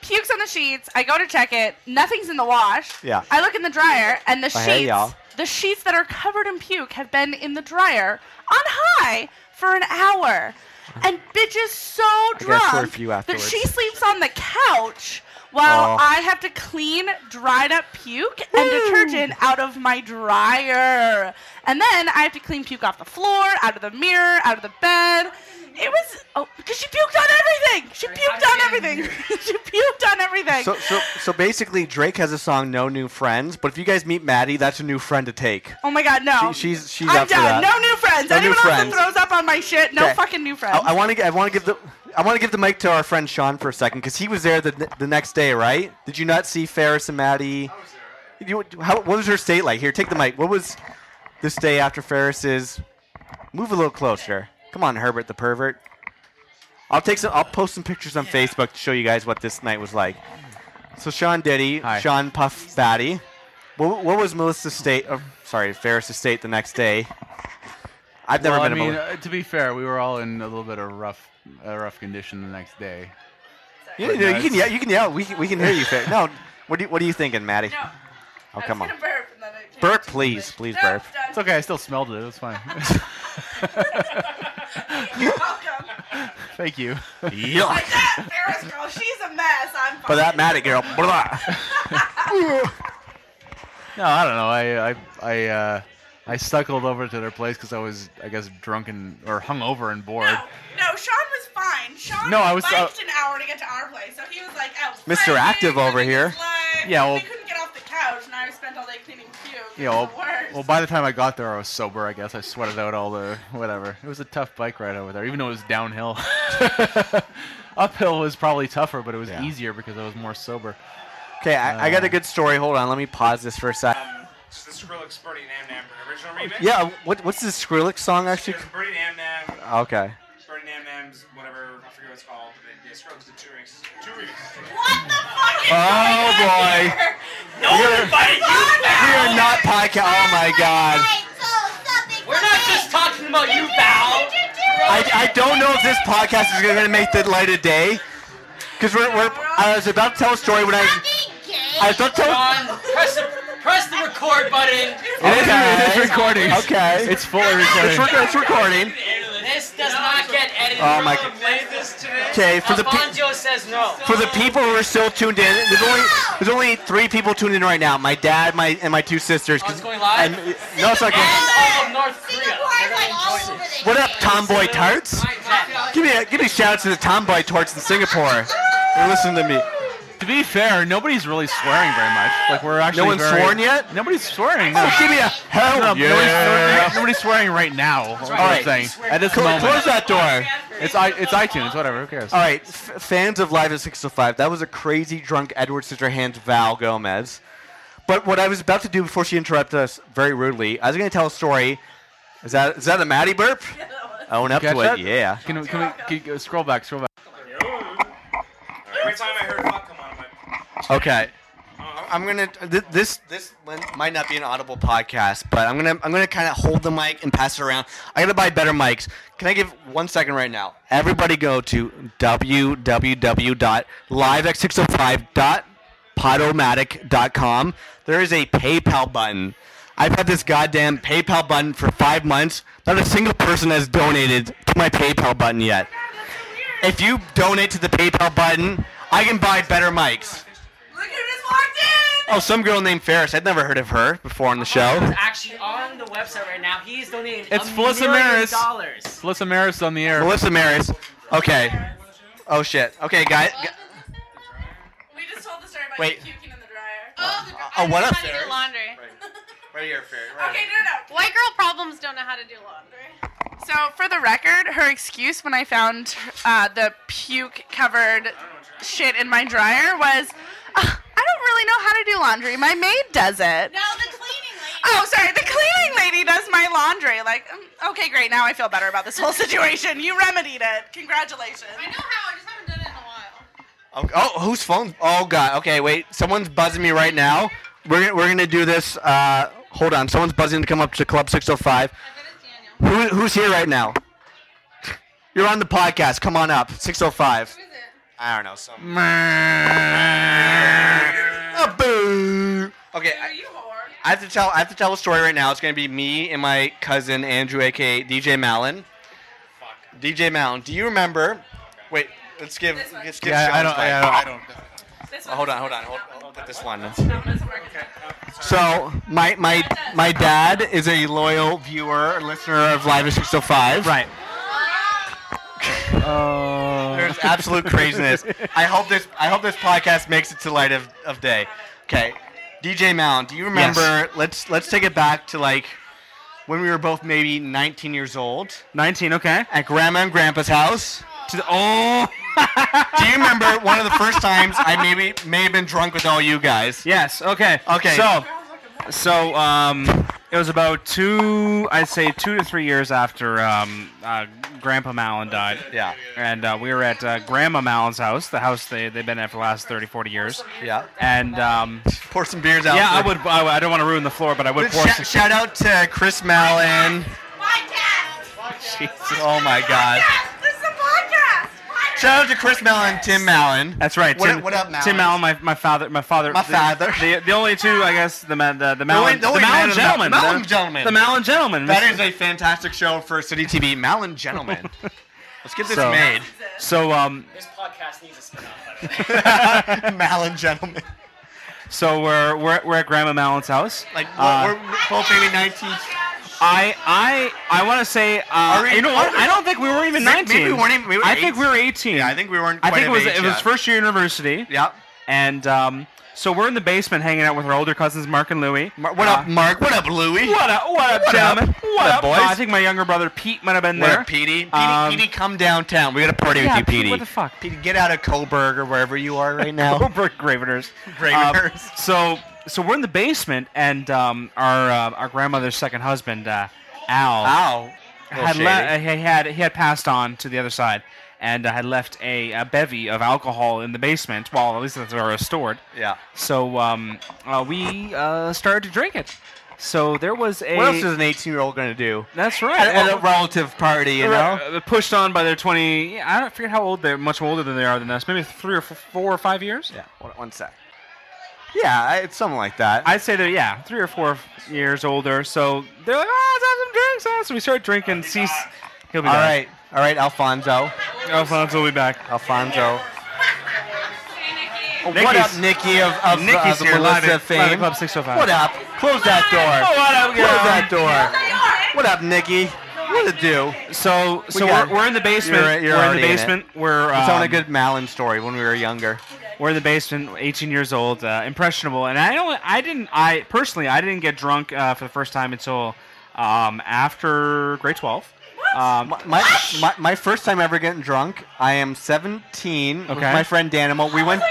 C: pukes on the sheets. I go to check it. Nothing's in the wash.
F: Yeah.
C: I look in the dryer, and the
F: Oh, hey,
C: sheets,
F: y'all.
C: the sheets that are covered in puke, have been in the dryer on high for an hour. And bitch is so
F: gotta
C: drunk
F: curfew
C: that she
F: afterwards.
C: sleeps on the couch while
F: Oh.
C: I have to clean dried up puke and detergent out of my dryer. And then I have to clean puke off the floor, out of the mirror, out of the bed. It was oh, because she puked on everything. She
H: Sorry, how
C: puked
H: did
C: on
H: you end
C: everything. she puked on everything.
F: So, so so basically, Drake has a song "No New Friends," but if you guys meet Maddie, that's a new friend to take.
C: oh my god, no.
F: She, she's she's
C: I'm
F: up for
C: done.
F: that.
C: No new friends.
F: No new
C: Anyone
F: friends.
C: else that throws up on my shit, no
F: Okay.
C: fucking new friends.
F: I want to I want to give the I want to give the mic to our friend Sean for a second because he was there the, the next day, right? Did you not see Ferris and Maddie?
D: was there, right?
F: You, how, what was her state like? Here, take the mic. What was this day after Ferris's? Move a little closer. Come on, Herbert the pervert. I'll take some. I'll post some pictures on Facebook to show you guys what this night was like. So Sean Diddy,
G: Hi.
F: Sean Puff Batty. What, what was Melissa's state? Oh, sorry, Ferris's state the next day. I've never
G: Well, I
F: been.
G: mean,
F: a Melissa.
G: uh, to be fair, we were all in a little bit of rough, uh, rough condition the next day.
F: Yeah, no, you can yell. You can yell. We can, we can hear you. Fair. No, what do you, what are you thinking, Maddie?
C: no.
F: oh, come on.
C: burp, and then it came
F: Burp,
C: to-
F: please, please
C: No,
F: burp.
C: it's done.
G: It's okay. I still smelled it. It was fine.
C: You're welcome.
G: Thank you.
F: Yuck.
C: Like that Ferris girl, she's a mess. I'm
F: But that
C: fine.
F: Maddie girl. Blah.
G: No, I don't know. I I I, uh, I suckled over to their place because I was, I guess, drunken or hungover and bored.
C: No, no, Sean was fine. fine. Sean
G: No, I was, uh,
C: biked an hour to get to our place, so he was like out.
F: Mr.
C: fighting,
F: Active over
C: living his
F: here.
C: life.
G: Yeah, well-
C: we couldn't get off the couch, and I spent all day cleaning puke. It
G: Yeah,
C: was
G: well,
C: the worst.
G: well, by the time I got there, I was sober. I guess I sweated out all the whatever. It was a tough bike ride over there, even though it was downhill. Uphill was probably tougher, but it was
F: Yeah.
G: easier because I was more sober.
F: Okay, I, I got a good story. Hold on, let me pause this for a sec.
I: Um, just the Skrillex Birdie Nam Nam original
J: Oh,
I: remix.
F: Yeah, what what's this Skrillex song actually?
I: There's Birdie Nam Nam,
F: Okay.
I: Birdie Nam Nam's whatever, I forget what it's called, but then, yeah, Skrillex did two remixes. Two remixes.
C: what the fuck is
F: Oh boy,
I: Nobody invited you
F: we are not podcast. Oh my god.
D: We're not just talking about you, Val.
F: I, I don't know if this podcast is going to make the light of day. Because we're, we're, I was about to tell a story when I was, I was about to tell.
D: John, press the press the record button.
G: It is- it
F: Okay.
G: is recording.
F: Okay.
G: It's fully recording.
F: It's, rec- it's recording.
D: This does not get edited.
F: Oh my.
I: played this today.
F: Okay, for the pe-
D: Alfonso says no.
F: for the people who are still tuned in, there's only there's only three people tuned in right now. My dad, my and my two sisters. 'cause
D: Oh, it's going live?
F: I'm- no, it's not going.
D: All of North Korea. They're gonna enjoy this.
F: What up, Tomboy Tarts? Give me a give me a shout out to the Tomboy Tarts in Singapore. They're listening to me.
G: To be fair, nobody's really swearing very much. Like we're actually
F: one's
G: very-
F: sworn yet?
G: Nobody's swearing. No.
F: Oh, give me a hell
G: No, nobody's,
F: yeah.
G: swearing, nobody's swearing right now. All right.
F: right.
G: Saying. At this
F: Cl-
G: moment,
F: close that door.
G: it's i it's iTunes. Whatever. Who cares?
F: All right, f- fans of Live at 605, that was a crazy drunk Edward Scissorhands Val Gomez. But what I was about to do before she interrupted us very rudely, I was going to tell a story. Is that is that a Matty burp? Own up
G: Catch
F: to it,
G: that?
F: yeah.
G: Can we, can we can you go- scroll back? Scroll back.
I: Every time I heard fuck come on, I'm like,
F: Okay,
I: oh,
F: Uh, I'm gonna th- this this one might not be an audible podcast, but I'm gonna I'm gonna kind of hold the mic and pass it around. I gotta buy better mics. Can I give one second right now? Everybody go to www.livex605.podomatic.com. There is a PayPal button. I've had this goddamn PayPal button for five months. Not a single person has donated to my PayPal button yet. If you donate to the PayPal button, I can buy better mics.
C: Look who just walked in.
F: Oh, some girl named Ferris. I'd never heard of her before on the show.
D: He's actually on the website right now. He's donated
G: It's
D: a
G: Melissa
D: million
G: Maris.
D: dollars.
G: Melissa Maris on the air.
F: Melissa Maris. Okay. Oh shit. Okay, guys.
C: We just told the story about
F: Wait.
C: you puking in the dryer.
F: Oh, what up?
E: How to do laundry.
F: Right here, Ferris.
C: Okay, no, no, no.
E: White girl problems don't know how to do laundry.
C: So, for the record, her excuse when I found uh, the puke covered shit in my dryer was, "Ugh, I don't really know how to do laundry. My maid does it.
E: No, the cleaning lady.
C: Oh, sorry, the cleaning lady does my laundry. Like, mm, okay, great. Now I feel better about this whole situation. You remedied it. Congratulations.
E: I know how. I just haven't done it in a while.
F: Oh, oh, whose phone? Oh god. Okay, wait. Someone's buzzing me right now. We're gonna, we're gonna do this. Uh, hold on. Someone's buzzing to come up to Club
E: I
F: 605.
E: bet it's Daniel.
F: Who, who's here right now? You're on the podcast. Come on up. 605.
E: Who is it?
F: I don't know. Some. Ah, boo. Okay. I-
C: you whore.
F: I have to tell. I have to tell a story right now. It's gonna be me and my cousin Andrew, aka DJ Malin. DJ Malin, do you remember? Wait, let's give.
C: This one.
F: Let's give.
G: Yeah, I, I
F: Sean's
G: don't. I,
F: mic.
G: don't- I don't.
C: This
F: Oh, hold on, hold on, hold, hold on. This one.
C: That one doesn't work.
F: So my my my dad is a loyal viewer, listener of Live at 605. Right. There's absolute craziness. I hope this I hope this podcast makes it to light of, of day. Okay. DJ Malin, do you remember let's let's take it back to like when we were both maybe 19 years old
G: 19. Okay.
F: at grandma and grandpa's house? To the, oh. do you remember one of the first times I maybe may have been drunk with all you guys?
J: Yes. Okay.
F: Okay.
J: So, so um, it was about two, I'd say two to three years after um, uh, Grandpa Malin died.
F: Yeah.
J: And uh, we were at uh, Grandma Malin's house, the house they they've been at for the last 30, 40 years.
F: Yeah.
J: And um,
F: Pour some beers out.
J: yeah, I
F: for-
J: would. I, would- I don't want to ruin the floor, but I would
F: Sh-
J: pour some.
F: shout out to Chris Malin.
J: Jesus.
F: Oh my god.
C: This is a podcast.
F: Shout out to Chris Malin, Tim Malin.
J: That's right.
F: What-
J: Tim,
F: what up, Malin?
J: Tim Malin, my, my father, my father,
F: My
J: the-
F: father.
J: The, the only two, I guess, the ma- the the
F: only-
J: Malin,
F: the only man
J: Malin
F: in the-
J: gentleman,
F: Malin
J: the,
F: gentleman.
J: the Malin gentleman.
F: That is a fantastic show for City TV. Malin Gentleman. Let's get this
J: So-
F: made.
J: So um,
D: This podcast needs a spin-off. by the way.
F: Malin Gentleman.
J: so we're we're, we're at Grandma Malin's house.
F: Like,
J: Uh,
F: we're, we're both maybe 19.
J: I I I want to say uh,
F: Are we-
J: you know what?
F: are we-
J: I don't think we were even 19.
F: Maybe we weren't even. We were
J: I think we
F: eight-
J: were 18.
F: Yeah, I think we weren't.
J: I think
F: Quite
J: it
F: of
J: was
F: age
J: it was
F: yet.
J: first year university.
F: Yeah.
J: And um, so we're in the basement hanging out with our older cousins Mark and Louie. Uh,
F: Mar- what up, Mark? What up, Louie?
J: What up, what up,
F: What
J: gentlemen?
F: up?
J: What,
F: What
J: up,
F: up, boys?
J: Uh, I think my younger brother Pete might have been
F: What
J: there.
F: up, Petey? Petey,
J: Um,
F: Petey, come downtown. We got to party
J: yeah,
F: with you, Petey.
J: What the fuck?
F: Petey, get out of Coburg or wherever you are right now.
J: Over Graveners.
F: Graveners.
J: Uh, so so we're in the basement, and um, our uh, our grandmother's second husband, uh, Al,
F: Ow.
J: had le- uh, he had he had passed on to the other side, and uh, had left a, a bevy of alcohol in the basement. Well, at least that's where it was stored.
F: yeah.
J: So um, uh, we uh, started to drink it. So there was a.
F: What else is an 18 year old going to do?
J: that's right.
F: At, at
J: Well,
F: a relative party, you know?
J: uh, pushed on by their 20. yeah, I don't forget how old they're. Much older than they are than us. Maybe three or f- four or five years.
F: Yeah. One, one sec. Yeah, I- it's something like that.
J: I'd say they're yeah, three or four f- years older. So they're like, oh, let's have some drinks. huh?" So we start drinking. Cease. He'll be
F: all
J: back.
F: right. All right, Alfonso.
J: Alfonso will be back.
F: Alfonso.
C: Hey, Nikki.
F: Oh, what
J: Nikki's-
F: up, Nikki of, of uh,
J: Nikki's
F: the
J: here live
F: Melissa
J: at,
F: fame?
J: live at Club 605.
F: What up? Close that
J: Oh,
F: door.
J: what up,
F: Close that
J: girl?
F: door.
C: There you are.
F: What up, Nikki? What it do?
J: So, so
F: We got-
J: we're, we're in the basement.
F: You're- you're
J: we're in
F: already
J: the
F: in it.
J: basement. We're um,
F: We're telling a good Malin story when we were younger.
J: We're in the basement, 18 years old, uh, impressionable, and I don't. I didn't. I personally, I didn't get drunk uh, for the first time until um, after grade 12. Um,
F: My, my, my, my first time ever getting drunk, I am 17 with
J: Okay.
F: my friend Danimal. We went.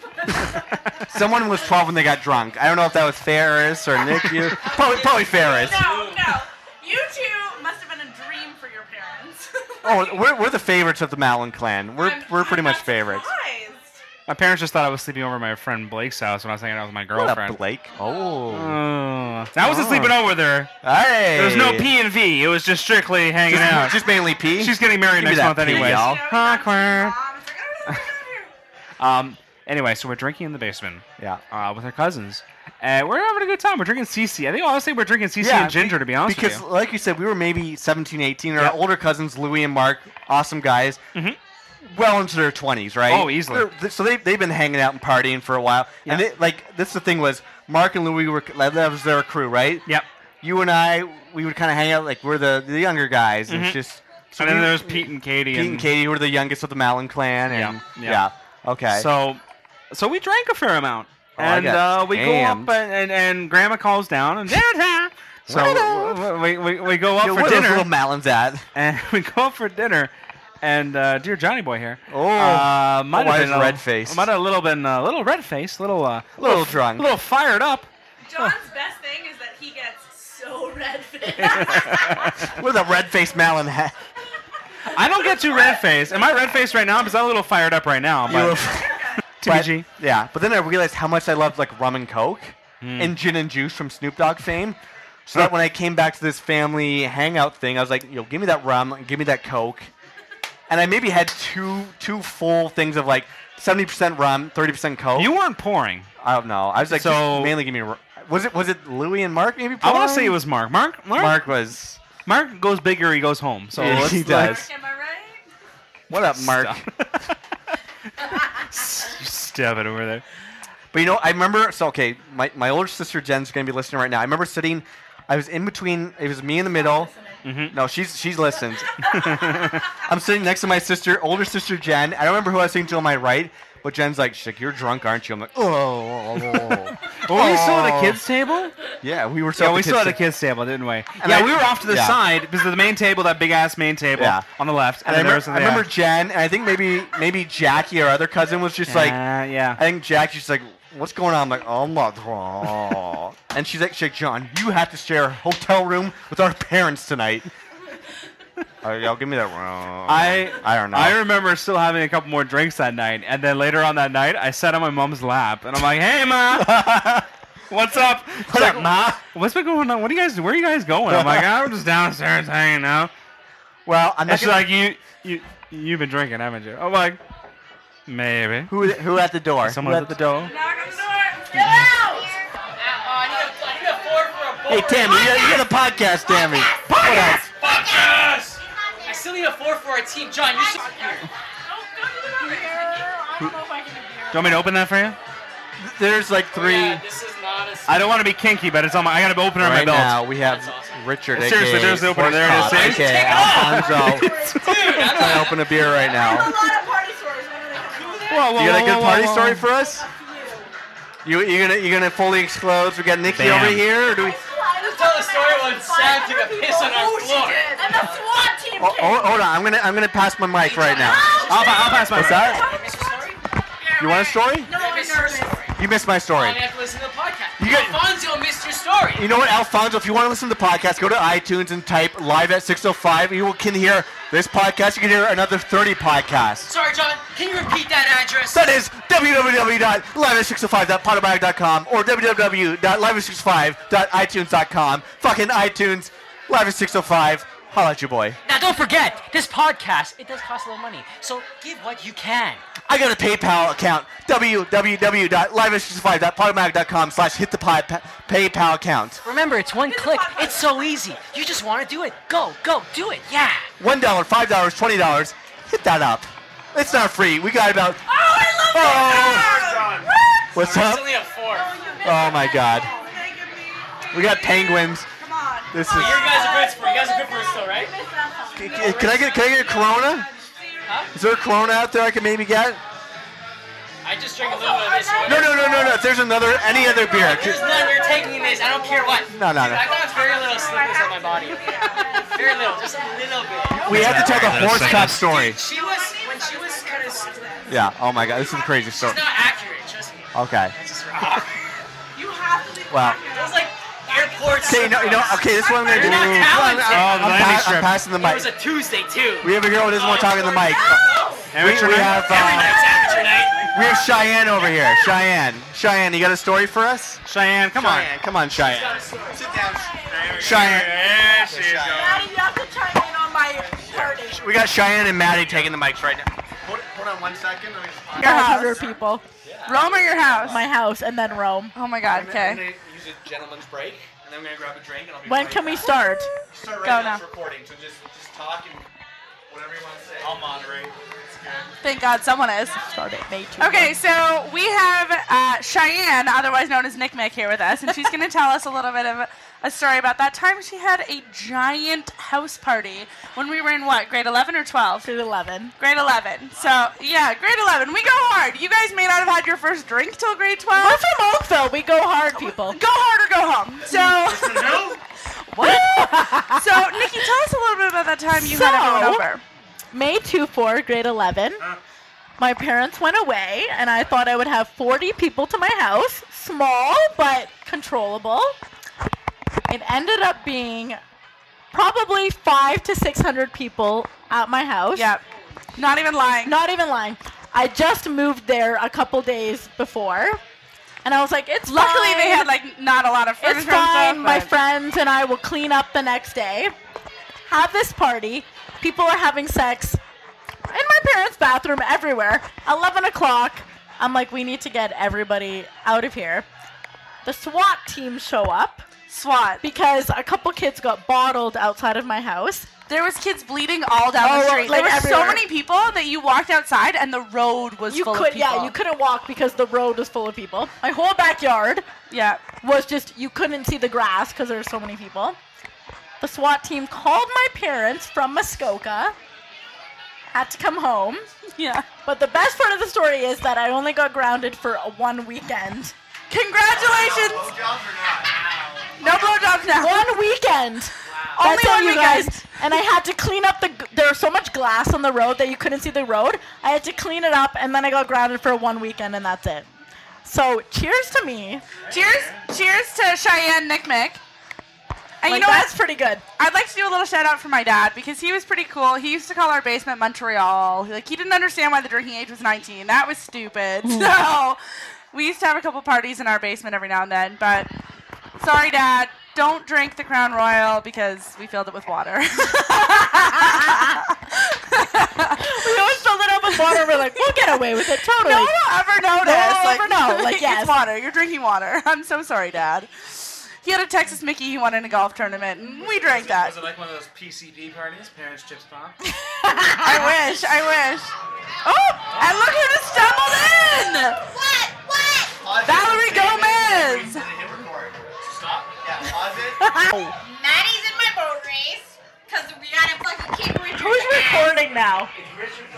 F: Someone was 12 when they got drunk. I don't know if that was Ferris or Nick. You, probably, probably Ferris.
K: No, no.
C: You two must have been a dream for your parents.
F: Oh, we're, we're the favorites of the Malin clan. We're,
C: I'm-
F: we're pretty
C: I'm
F: much
C: not
F: favorites.
C: surprised.
J: my parents just thought I was sleeping over at my friend Blake's house when I was hanging out with my
F: What up,
J: girlfriend.
F: Blake?
J: Oh,
F: Oh.
J: I wasn't
F: Oh.
J: sleeping over there.
F: Hey.
J: There was no P and V. It was just strictly hanging out.
F: Just, just mainly pee.
J: She's getting married
F: Give me
J: next
F: that
J: month,
F: pee,
J: anyways.
F: y'all.
C: Mom,
J: Awkward.
C: it's like, I don't know what's going on here.
J: Um. Anyway, so we're drinking in the basement.
F: yeah.
J: uh, with our cousins. And we're having a good time. We're drinking CC. I think honestly we're drinking CC and
F: be-
J: ginger to be honest
F: because
J: with
F: like you said we were maybe 17 18 our
J: Yeah.
F: older cousins louis and mark awesome guys
J: Mhm.
F: well into their 20s right
J: Oh, easily.
F: They're- th- so they, they've been hanging out and partying for a while and
J: Yeah.
F: they, like this the thing was mark and louis were like, that was their crew right
J: you. Yep.
F: you and i we would kind of hang out like we're the, the younger guys and
J: Mhm.
F: it's just so
J: and then
F: we-
J: there's Pete and Katie.
F: pete and katie who were the youngest of the malin clan and
J: Yeah, yeah.
F: okay
J: So, so we drank a fair amount.
F: Oh, I
J: and
F: got
J: uh, we
F: scammed.
J: go up and, and, and Grandma calls down and
F: What
J: so
F: up?
J: w- we, we, we go up
F: Yo,
J: for
F: where are those little
J: dinner
F: malins at
J: and we go up for dinner and uh, dear Johnny boy here.
F: Oh.
J: uh, might
F: Oh, why
J: have been
F: is
J: a-
F: red face?
J: Might have a little been a little red face, little uh,
F: little drunk
J: little fired up.
C: John's best thing is that he gets so red faced.
F: with a red-faced malin hat
J: I don't get too red faced. Am I red faced right now? Because I'm a little fired up right now.
F: You
J: But
F: were- But-
J: TBG.
F: yeah, but then I realized how much I loved like rum and coke
J: Hmm.
F: and gin and juice from Snoop Dogg fame. So that when I came back to this family hangout thing, I was like, "Yo, give me that rum, give me that coke," and I maybe had two two full things of like seventy percent rum, thirty percent coke.
J: You weren't pouring.
F: I don't know. I was like,
J: So-
F: just mainly give me. ru- Was it was it Louis and Mark? Maybe
J: I want to
F: pouring?
J: say it was Mark. Mark. Mark. Mark,
F: Mark was.
J: goes bigger. He goes home. So
F: Yeah,
J: let's,
F: he does.
C: Am I right?
F: What up, Mark?
J: let's- you stab it over there.
F: But you know, I remember. So okay, my my older sister Jen's gonna be listening right now. I remember sitting. I was in between. It was me in the middle.
J: Mhm.
F: No, she's she's listened. I'm sitting next to my sister, older sister Jen. I don't remember who I was sitting to on my right, but Jen's like, "She's like, you're drunk, aren't you?" I'm like, "Oh."
J: Were we still at the kids table?
F: yeah, we were.
J: Yeah, we still
F: still
J: at the kids table, didn't we?
F: And
J: yeah,
F: I-
J: we were off to the
F: yeah.
J: side because the main table, that big ass main table
F: Yeah.
J: on the left, and,
F: And I,
J: then there was
F: remember, I
J: the-
F: remember Jen, and I think maybe maybe Jackie, our other cousin, was just like,
J: Uh,
F: I
J: yeah.
F: think Jackie's like, what's going on? I'm like, oh my god. and she's like, Shake John, you have to share a hotel room with our parents tonight. All right, y'all give me that room.
J: I
F: I don't know.
J: I remember still having a couple more drinks that night, and then later on that night, I sat on my mom's lap, and I'm like, "Hey, ma, What's up? She's
F: What's up,
J: like,
F: Ma?
J: What's been going on? What are you guys? Where are you guys going? I'm like, I'm just downstairs hanging out.
F: well, I'm
J: And
F: not
J: she's
F: gonna-
J: like, you, you, you've been drinking, haven't you? I'm like, maybe.
F: who who at the door?
J: Someone
F: who
J: at the door.
C: Knock on the door. Get out!
D: Uh, I need a, I need a four for a
F: Hey
D: board.
F: Tammy, you got, you got a podcast, Tammy. What up?
D: Podcast! I still need a four for a team. John, you should.
C: Don't go to the door. I don't know if I can do
J: Do you want me to open that for you?
F: There's like three.
D: Yeah, this is not gotta
J: I don't want to be kinky, but it's on my. I gotta open
F: Right
J: my belt.
F: now, we have Richard.
J: Seriously,
F: aka
J: there's the opener.
F: Horse
J: There it is.
F: Cop,
J: See?
F: aka Alfonso. He's trying to open a beer right
E: I have
F: now.
E: a lot of party stories. When are they coming up?
J: Whoa, whoa,
F: You got a
J: whoa,
F: good
J: whoa,
F: party
J: whoa.
F: story for us? You you gonna you gonna fully explode? We got Nikki over
J: Bam.
F: here. Or do we?
E: I still had to
D: Tell the
E: find
D: story when
E: five
D: Sam took a
E: other
D: piss on
E: people.
D: our
E: Oh, she
D: floor.
E: did. And the SWAT team
F: Oh,
E: came.
F: oh, hold on, I'm gonna I'm gonna pass my mic right now.
J: I'll, pa- I'll pass my.
F: What's that? You want a story?
E: No, I'm nervous.
F: You missed my story.
D: I have to listen to the podcast.
F: You got-
D: Alfonso missed your story.
F: You know what, Alfonso? If you want to listen to the podcast, go to iTunes and type "Live at 605." You can hear this podcast. You can hear another 30 podcasts.
D: Sorry, John. Can you repeat that address?
F: That is www.liveat605.podomatic.com or www.liveat605.itunes.com. Fucking iTunes, Live at 605. Holla at your boy.
D: Now, don't forget, this podcast, it does cost a little money. So give what you can.
F: I got a PayPal account. www.liveat605.podomatic.com slash hit the pod pa- PayPal account.
D: Remember, it's one click. It's so easy. You just want to do it. Go, go, do it. Yeah.
F: $1, $5, $20. Hit that up. It's not free. We got about
E: Oh, I love that.
L: Done.
F: What's up?
D: Only a four.
F: Oh my god. We got penguins.
C: Come on.
F: This
C: Come
F: is-
D: Oh, You
C: on.
D: guys are good for You guys are good for it still, right?
F: C- c- Can I get can I get a Corona? Is there a Corona out there I can maybe get?
D: I just drank a little bit of this.
F: No, no, no, no, no. If there's another any other beer.
D: There's none. We're taking this. I don't care what.
F: No, no, no.
D: I got very little slippers on my body. Very little. Just a little bit.
F: We have to tell the horse cop story.
D: She was, when she was kind of, she's
F: Yeah. Oh my god, this is a crazy story.
D: not accurate, trust me.
F: Okay.
D: That's just wrong.
E: You have to be
F: Wow.
D: It was like airport.
F: Okay, no, you know, okay, this is what I'm gonna do.
D: You're
F: I'm,
D: not talented.
F: I'm-
J: Oh, the
F: I'm
J: landing
F: pa- I'm
J: strip.
F: passing the
D: It was
F: mic.
D: a Tuesday, too.
F: We have a girl who doesn't want to talk in the mic. We,
J: Amateur
F: we
J: night?
F: have
D: Every
F: uh,
D: night's amateur night.
F: we have Cheyenne over here. Cheyenne, Cheyenne, you got a story for us?
J: Cheyenne, come on.
F: Cheyenne, come on, Cheyenne.
L: Sit down. There we go.
F: Cheyenne.
L: There she is.
E: Maddie, you have to chime in on my party.
F: We got Cheyenne and Maddie taking the mics right
C: Oh
F: now.
M: Hold, hold on one second. Let me just find
C: Your
N: Hundred
C: house.
N: people.
C: Rome or your house?
N: My house, and then Rome.
C: Oh my god,
L: I'm
C: okay.
L: gonna use a gentleman's break, and then I'm gonna grab a drink, and I'll be
N: When
L: right
N: can we
L: back.
N: start?
L: Start right
C: Go
L: now.
C: now.
L: It's recording, so just just talk and whatever you want to say. I'll moderate. It's good.
C: Thank god someone is.
N: Start at May 2.
C: Okay, so we have uh, Cheyenne, otherwise known as Nick Mac, here with us, and she's going to tell us a little bit of a story about that time she had a giant house party when we were in what, grade 11 or 12?
N: Grade 11.
C: Grade 11. So, yeah, grade 11. We go hard. You guys may not have had your first drink till grade 12.
N: We're from Oak, though. We go hard, people.
C: Go hard or go home. So,
N: What?
C: so Nikki, tell us a little bit about that time you had
N: So-
C: everyone over.
N: May 2, 4, grade 11. My parents went away, and I thought I would have 40 people to my house. Small, but controllable. It ended up being probably five to 600 people at my house.
C: Yep. Not even lying.
N: Not even lying. I just moved there a couple days before, and I was like, it's
C: Luckily, they
N: fine.
C: had like not a lot of furniture.
N: It's
C: and stuff,
N: fine. My
C: but-
N: friends and I will clean up the next day. Have this party. People are having sex in my parents' bathroom everywhere. 11 o'clock. I'm like, we need to get everybody out of here. The SWAT team show up
C: SWAT.
N: because a couple kids got bottled outside of my house.
C: There was kids bleeding all down
N: All
C: the
N: over-
C: street.
N: like,
C: Oh, there were so
N: everywhere.
C: many people that you walked outside and the road was
N: You
C: full
N: could,
C: of people.
N: yeah, you couldn't walk because the road was full of people. My whole backyard
C: Yeah.
N: was just you couldn't see the grass because there were so many people. The SWAT team called my parents from Muskoka. Had to come home.
C: Yeah.
N: But the best part of the story is that I only got grounded for a one weekend.
C: Congratulations.
M: Blowjobs or not?
C: No blowjobs now.
N: One weekend.
C: Only
N: That's it,
C: one
N: you
C: weekend.
N: guys. And I had to clean up the. g- There was so much glass on the road that you couldn't see the road. I had to clean it up, and then I got grounded for one weekend, and that's it. So cheers to me.
C: Cheers. Cheers to Cheyenne Nick Mick. And
N: Like,
C: you know
N: that's
C: what?
N: pretty good.
C: I'd like to do a little shout out for my dad because he was pretty cool. He used to call our basement Montreal. Like he didn't understand why the drinking age was 19. That was stupid.
N: Hmm.
C: So we used to have a couple parties in our basement every now and then. But sorry, Dad, don't drink the Crown Royal because we filled it with water.
N: We always filled it up with water. We're like, we'll get away with it totally.
C: no one will ever notice.
N: will
C: like,
N: ever know. Like, yes.
C: it's water. You're drinking water. I'm so sorry, Dad. He had a Texas Mickey he won in a golf tournament, and we drank that.
L: Was it like one of those PCD parties? Parents chips pop.
C: I wish. I wish. Oh, and look who just stumbled in!
B: What? What?
C: Valerie Gomez!
M: pause it.
E: Maddie's in my boat race because we gotta fucking keep Richard.
N: Who's recording now?
E: Richard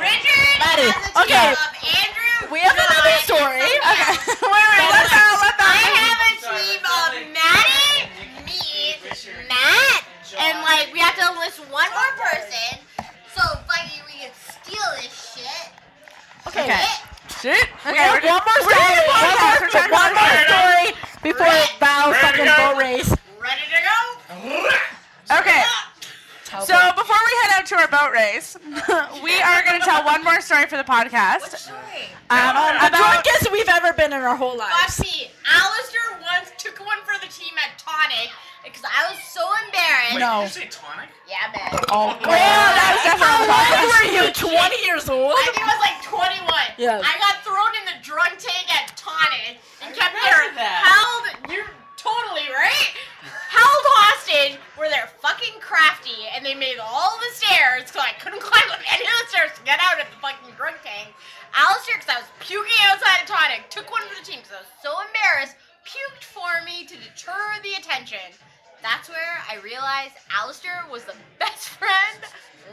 N: Maddie,
E: has a
N: okay.
E: team of Andrew.
N: We have
E: John,
N: another story.
E: and
N: Okay.
E: somebody
N: Wait, wait,
E: else.
N: let that, let
E: I
N: that.
E: have a team of Maddie, me, Matt, and like we have to list one more person. So fucking we can steal this shit.
N: Okay.
C: Shit.
N: We
C: Okay,
N: have
C: we're
N: one more
C: we're
N: story.
C: doing
N: One
C: podcasts,
N: more,
C: we're doing
N: one more
C: podcasts.
N: story before Val's fucking boat race.
E: Ready to go?
C: Okay. So before we head out to our boat race, we are going to tell one more story for the podcast. Um,
N: the
C: about
N: drunkest we've ever been in our whole
E: Let's
N: lives.
E: see. Alistair once took one for the team at Tonic because I was so embarrassed.
N: Wait, No. did
L: you say Tonic?
E: Yeah, man.
N: Oh,
E: God.
N: that was definitely
E: How
N: How old were you? 20 years old?
E: I think I was like 21.
N: Yeah.
E: I got thrown in the drunk tank at Tonic and kept getting
N: remember that.
E: held. You're totally right. Held hostage where they're fucking crafty and they made all the stairs because I couldn't climb up any of the stairs to get out of the fucking drunk tank. Alistair, because I was puking outside of Tonic, took one for the team because I was so embarrassed, puked for me to deter the attention. That's where I realized Alistair was the best friend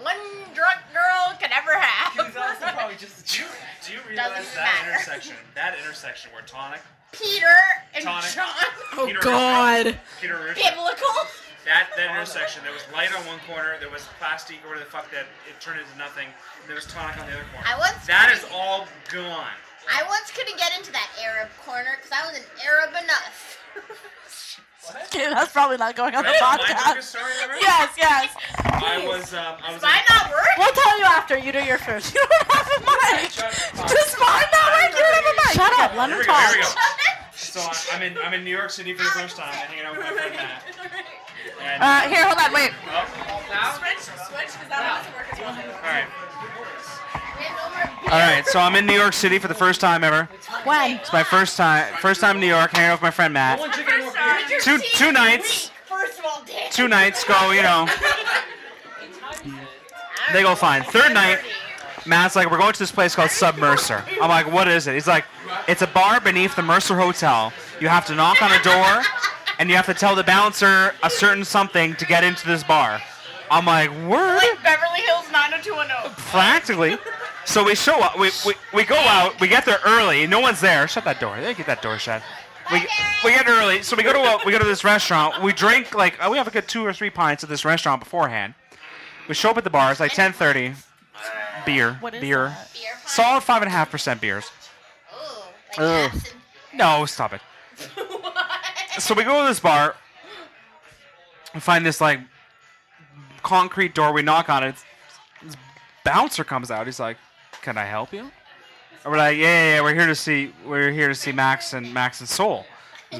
E: one drunk girl could ever have.
L: He was also probably just a jerk. Do you realize
E: Doesn't
L: that
E: matter.
L: intersection? That intersection where Tonic,
E: Peter and
L: Tonic,
E: John.
N: Oh,
L: Peter
N: God.
L: Rush, Peter Rush,
E: Biblical.
L: That that intersection. There was light on one corner. There was plastic or whatever the fuck that it turned into nothing. And there was Tonic on the other corner.
E: I once-
L: That is all gone.
E: I once couldn't get into that Arab corner because I was an Arab enough.
N: Okay, that's probably not going on the
L: Right? My
N: podcast.
L: drunkest story ever?
N: Yes, yes.
L: I was um, I was
E: Does mine not work?
N: We'll tell you after. You do your first. You don't have a mic. Does mine not work? You don't have a mic. Shut up. Let
L: Here
N: him
L: we go, here we
N: talk.
L: go. So I- I'm in I'm in New York City for the first time. I'm hanging out with my friend Matt. And,
C: Uh, here, hold on, wait.
J: Oh.
E: Switch, switch, because that doesn't work as well.
L: all right.
J: All right, so I'm in New York City for the first time ever.
N: When?
J: It's my first time, first time in New York, hanging out with my friend Matt. Two two nights,
E: First of all, Dan.
J: two nights go, you know. They go fine. Third night, Matt's like, we're going to this place called Submercer. I'm like, what is it? He's like, it's a bar beneath the Mercer Hotel. You have to knock on a door, and you have to tell the bouncer a certain something to get into this bar. I'm like, word?
E: Like Beverly Hills 90210.
J: Practically. So we show up. We, we, we go out. We get there early. No one's there. Shut that door. They get that door shut. We, we get early. So we go to a, we go to this restaurant. We drink like uh, we have a good two or three pints at this restaurant beforehand. We show up at the bar. It's like 10:30. Beer.
N: What is
J: beer.
N: that?
E: Beer pie.
J: Solid five and a half percent beers.
E: Ooh, like
J: Ugh.
E: absinthe.
J: No, stop it.
E: What?
J: So we go to this bar. We find this like concrete door. We knock on it. It's- This bouncer comes out. He's like, "Can I help you?" And we're like, "Yeah, yeah, yeah. We're here to see. We're here to see Max and Max and Soul.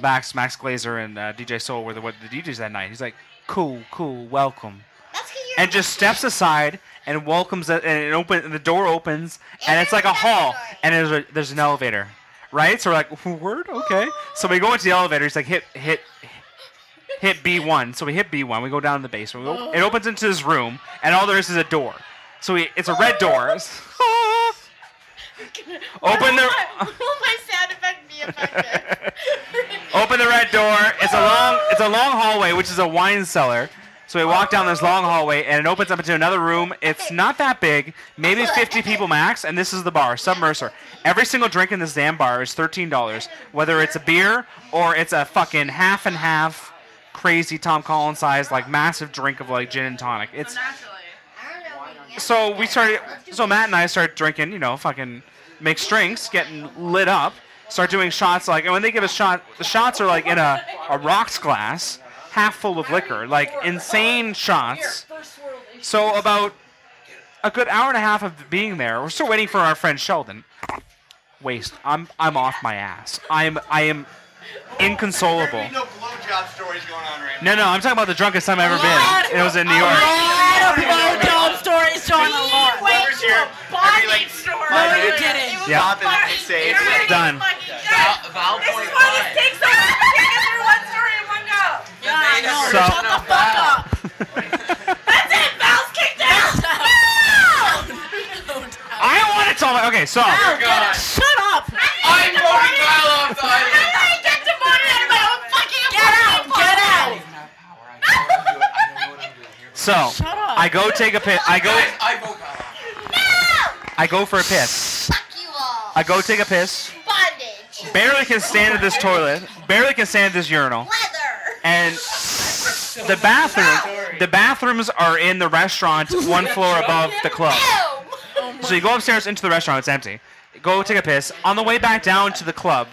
J: Max, Max Glazer, and uh, DJ Soul were the what the DJs that night." He's like, "Cool, cool, welcome."
E: That's 'cause you're
J: And just steps aside and welcomes it, and it open and the door opens, and it's like a hall, and there's a, there's an elevator, right? So we're like, "Word, okay." So we go into the elevator. He's like, "Hit, hit, hit B1. So we hit B1. We go down to the basement. We op- it opens into this room, and all there is is a door. So we, it's a red door. open the
E: Will Oh my sound effect be effective?
J: open the red door. It's a long it's a long hallway, which is a wine cellar. So we walk down this long hallway, and it opens up into another room. It's not that big, maybe 50 people max, and this is the bar, Submercer. Every single drink in this damn bar is $13, whether it's a beer or it's a fucking half and half, crazy Tom Collins size, like massive drink of like gin and tonic. It's so we started. So Matt and I started drinking, you know, fucking mixed drinks, getting lit up. Start doing shots like, and when they give us shot, the shots are like in a, a rocks glass, half full of liquor, like insane shots. So about a good hour and a half of being there, we're still waiting for our friend Sheldon. Waste. I'm I'm off my ass. I'm I am inconsolable.
A: No blowjob stories going on right
J: No, no, I'm talking about the drunkest time I've ever been. It was in New York.
N: I had a blowjob story, Sean. A lot.
E: Wait
A: Whoever's
E: to a
A: here,
E: bonding story.
N: No, you
E: It
N: didn't.
E: was
J: Yeah.
A: Stop and
E: fucking
A: say it's
E: dirty.
J: done.
E: Fucking dirty.
M: Val
C: This is why this takes so long to take us through one story in one go.
N: Yeah, I know.
J: So-
N: Shut the fuck up.
C: That's it, Val's kicked out. Oh
J: I want to tell my. Okay, so.
D: Oh
N: Get- Shut up.
M: I'm voting Val off the
E: How did
M: island.
E: I get demoted out of my own fucking apartment?
J: So I go take a piss. I go.
M: I vote Kyle.
J: I go for a piss.
E: You all.
J: I go take a piss.
E: Bondage.
J: Barely can stand at this toilet. Barely can stand at this urinal. And the bathroom, the bathrooms are in the restaurant, one floor above the club. So you go upstairs into the restaurant. It's empty. Go take a piss. On the way back down to the club,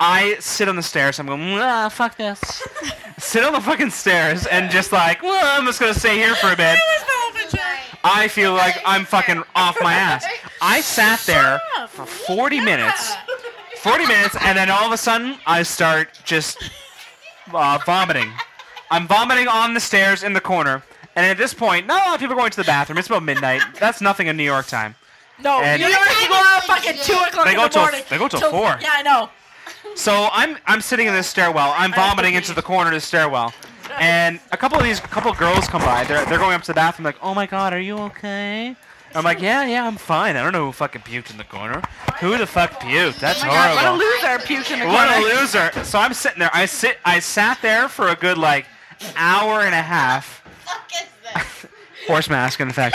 J: I sit on the stairs. I'm going, ah, fuck this. sit on the fucking stairs and just like, well, I'm just gonna stay here for a bit. I feel like I'm fucking off my ass. I sat there for 40 minutes, 40 minutes, and then all of a sudden I start just uh, vomiting. I'm vomiting on the stairs in the corner, and at this point, not a lot of people are going to the bathroom. It's about midnight. That's nothing in New York time.
N: No,
J: And-
N: you already go out fucking two o'clock
J: They
N: in
J: go
N: the
J: till-
N: morning.
J: they go till four.
N: Yeah, I know.
J: So I'm I'm sitting in this stairwell. I'm vomiting into the corner of the stairwell, and a couple of these couple of girls come by. They're they're going up to the bathroom. Like, oh my god, are you okay? I'm like, yeah, yeah, I'm fine. I don't know who fucking puked in the corner. Who the fuck puked? That's
N: oh my
J: horrible.
N: God, what a loser pukes in the
J: What a
N: corner.
J: loser! So I'm sitting there. I sit. I sat there for a good like hour and a half. Horse mask, in fact.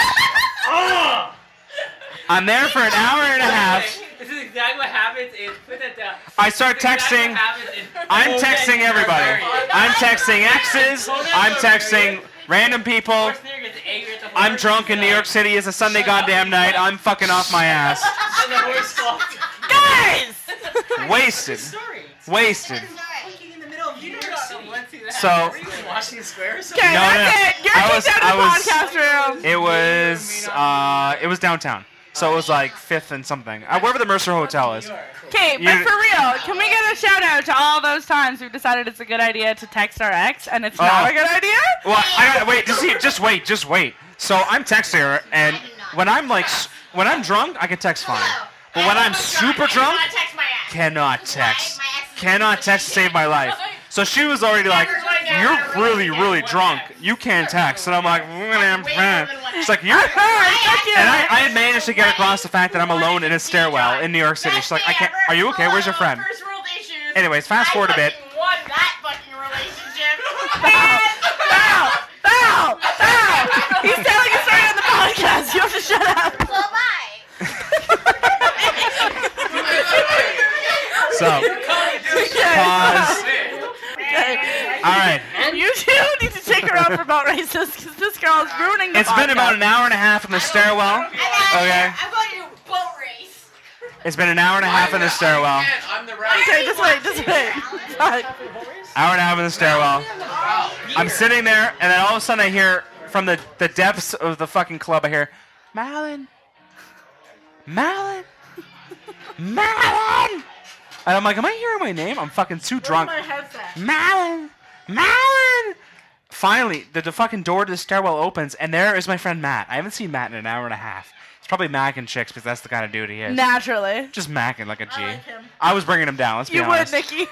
J: I'm there for an hour and a half.
O: This is exactly what happens. Is put that down.
J: I start
O: This is exactly
J: texting.
O: what happens in-
J: I'm
O: Oh,
J: texting
O: man, you're
J: everybody.
O: married.
J: I'm texting exes. I'm texting random people. I'm drunk in New York City. It's a Sunday goddamn night. I'm fucking off my ass.
O: And the horse falls.
J: Guys! Wasted. Wasted.
O: in the middle of New York City.
J: So-
O: Were you in Washington Square or something?
J: Okay, No, that's no. it. You're I kicked was- out of the I was-
N: podcast room.
J: It was uh, it was downtown. So it was like fifth and something. Uh, wherever the Mercer Hotel is.
C: Okay, but
J: You-
C: for real, can we get a shout out to all those times we've decided it's a good idea to text our ex and it's not
J: Oh.
C: a good idea?
J: Well, I gotta wait. Just see, just wait, just wait. So I'm texting her, and when I'm like, s- when I'm drunk, I can text fine. But when I'm super drunk, cannot text. Cannot text to save my life. So she was already like, "You're really, really drunk. You can't text." And I'm like, "Mm-hmm." "She's like, you're." And I, I had managed to get across the fact that I'm alone in a stairwell in New York City. She's like, "I can't. Are you okay? Where's your friend?"
E: First world issues.
J: Anyways, fast forward a bit.
E: Won that fucking relationship.
N: Ow! Ow! He's telling a story on the podcast. You have to shut up.
J: So, pause. All right.
N: And you two need to take her out for about racist because this girl is ruining the
J: It's been about an
N: podcast.
J: hour and a half in the stairwell. Okay.
E: I'm going to do a boat race.
J: It's been an hour and a half in the stairwell.
E: I'm the
N: Okay, just wait, just wait.
J: Hour and a half in the stairwell. I'm sitting there, and then all of a sudden I hear from the, the depths of the fucking club, I hear, Malin. Malin. Malin. And I'm like, am I hearing my name? I'm fucking too drunk. Mm. Malin. Malin. Finally, the, the fucking door to the stairwell opens, and there is my friend Matt. I haven't seen Matt in an hour and a half. It's probably Mac and chicks because that's the kind of dude he is.
N: Naturally.
J: Just macking like a G. I
N: him.
J: was bringing him down. Let's be
N: You would,
J: honest.
N: Nikki.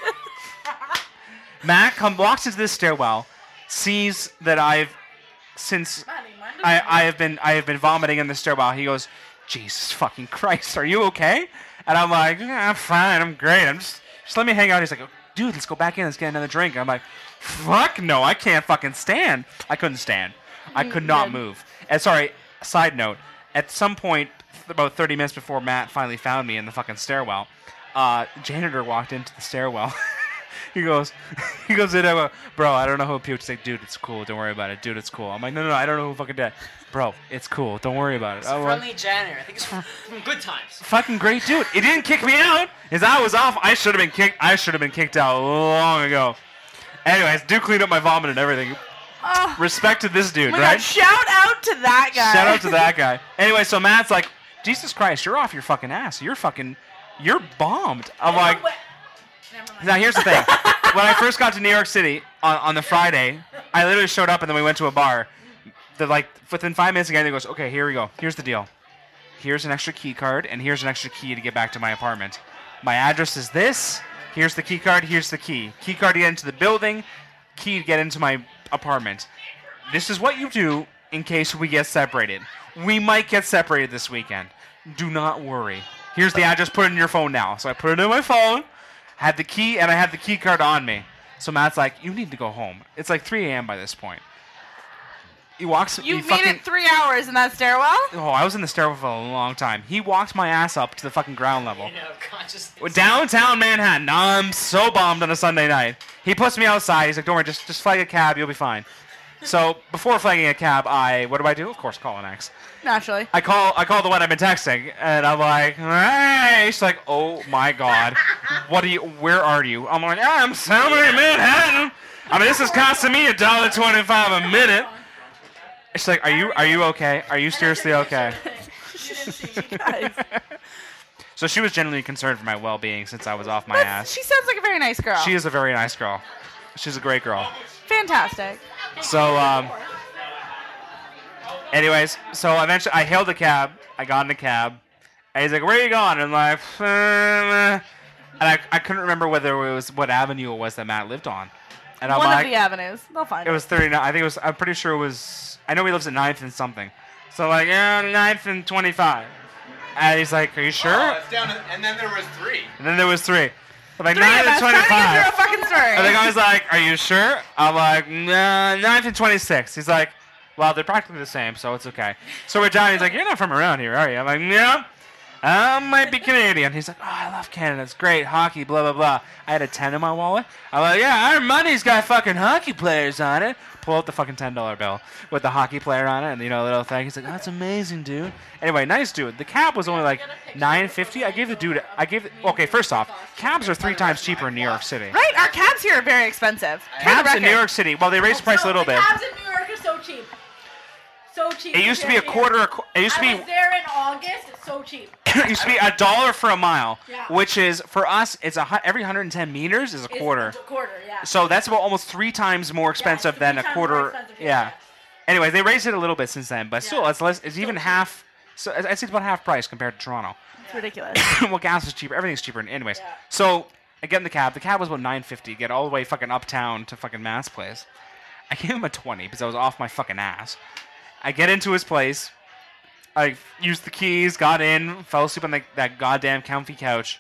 J: Matt come walks into this stairwell, sees that I've since I, I have been I have been vomiting in the stairwell. He goes, Jesus fucking Christ, are you okay? And I'm like, "Yeah, I'm fine, I'm great. I'm just just let me hang out. He's like, dude, let's go back in, let's get another drink. I'm like, fuck no, I can't fucking stand. I couldn't stand. I could not
F: Mm, good.
J: move. And sorry, side note, at some point about 30 minutes before Matt finally found me in the fucking stairwell, uh, janitor walked into the stairwell. He goes, he goes in. I go, bro, I don't know who puked. He's like, dude, it's cool. Don't worry about it. Dude, it's cool. I'm like, no, no, no I don't know who fucking did. Bro, it's cool. Don't worry about it.
O: It's
J: I
O: a
J: was-
O: friendly janitor. I think it's from from good times.
J: fucking great dude. He didn't kick me out. His I was off. I should have been kicked. I should have been kicked out long ago. Anyways, dude cleaned up my vomit and everything.
N: Oh.
J: Respect to this dude,
N: my
J: right?
N: God, shout out to that guy.
J: Shout out to that guy. Anyway, so Matt's like, Jesus Christ, you're off your fucking ass. You're fucking, you're bombed. I'm like, now here's the thing. when I first got to New York City on, on the Friday, I literally showed up and then we went to a bar. The like within five minutes, the guy goes, "Okay, here we go. Here's the deal. Here's an extra key card and here's an extra key to get back to my apartment. My address is this. Here's the key card. Here's the key. Key card to get into the building. Key to get into my apartment. This is what you do in case we get separated. We might get separated this weekend. Do not worry. Here's the address. Put it in your phone now. So I put it in my phone had the key and I had the key card on me. So Matt's like, "You need to go home. It's like 3 a.m. by this point." He walks.
C: You
J: he
C: made
J: fucking,
C: it three hours in that stairwell.
J: Oh, I was in the stairwell for a long time. He walked my ass up to the fucking ground level.
O: consciousness.
J: Well, Downtown Manhattan. I'm so bombed on a Sunday night. He puts me outside. He's like, "Don't worry, just just flag a cab. You'll be fine." So before flagging a cab, I what do I do? Of course, call an ex.
C: Naturally.
J: I call I call the one I've been texting, and I'm like, "Hey," she's like, "Oh my god, what are you? Where are you?" I'm like, "I'm somewhere in Manhattan. I mean, this is costing me a dollar twenty-five a minute." She's like, "Are you are you okay? Are you seriously okay?" So she was genuinely concerned for my well-being since I was off my ass.
C: She sounds like a very nice girl.
J: She is a very nice girl. She's a great girl.
C: fantastic.
J: So, um, anyways, so eventually I hailed a cab. I got in a cab. And he's like, where are you going? And I'm like, "Uh, uh." and I, I couldn't remember whether it was what avenue it was that Matt lived on. And I'm
C: One
J: like,
C: of the avenues. They'll find
J: it was 39. I think it was, I'm pretty sure it was, I know he lives at 9th and something. So, like, yeah, 9th and 25. And he's like, are you sure?
M: Oh, it's down to- and then there was three.
J: And then there was three. I'm like,
M: Three of
J: nine
M: us
J: and
M: trying to get
J: twenty-five.
M: through a fucking story.
J: And the guy's like, "Are you sure?" I'm like, "Nah, nine and twenty-six. He's like, "Well, they're practically the same, so it's okay." So we're down. He's like, "You're not from around here, are you?" I'm like, "No, I might be Canadian." He's like, "Oh, I love Canada. It's great hockey, blah blah blah." I had a ten in my wallet. I'm like, "Yeah, our money's got fucking hockey players on it." Pull out the fucking ten-dollar bill with the hockey player on it, and you know, little thing. He's like, "Oh, "That's amazing, dude." Anyway, nice dude. The cab was only like nine fifty. I gave the dude. I gave. Okay, first off, cabs are three times cheaper in New York City.
C: Right? Our cabs here are very expensive. For the
J: Cabs in
C: record.
J: New York City. Well, they raised the price a little bit.
E: Cabs in New York are so cheap. So cheap.
J: It used to be a
E: compared
J: quarter.
E: here.
J: A, qu- it used to
E: I was
J: be.
E: there in August. It's so cheap.
J: It used to be a dollar for a mile,
E: Yeah.
J: which is for us. It's a hu- every 110 meters is a
E: It's
J: quarter.
E: a quarter, yeah.
J: So that's about almost three times more expensive than a
E: times more
J: quarter.
E: expensive,
J: yeah. Anyway, they raised it a little bit since then, but still, it's less. It's even half. So I it's about half price compared to Toronto.
C: It's ridiculous.
J: well, gas is cheaper. Everything's cheaper. Anyways, so I get in the cab. The cab was about nine fifty. Get all the way fucking uptown to fucking Mass Place. I gave him a twenty because I was off my fucking ass. I get into his place. I used the keys, got in, fell asleep on the, that goddamn comfy couch.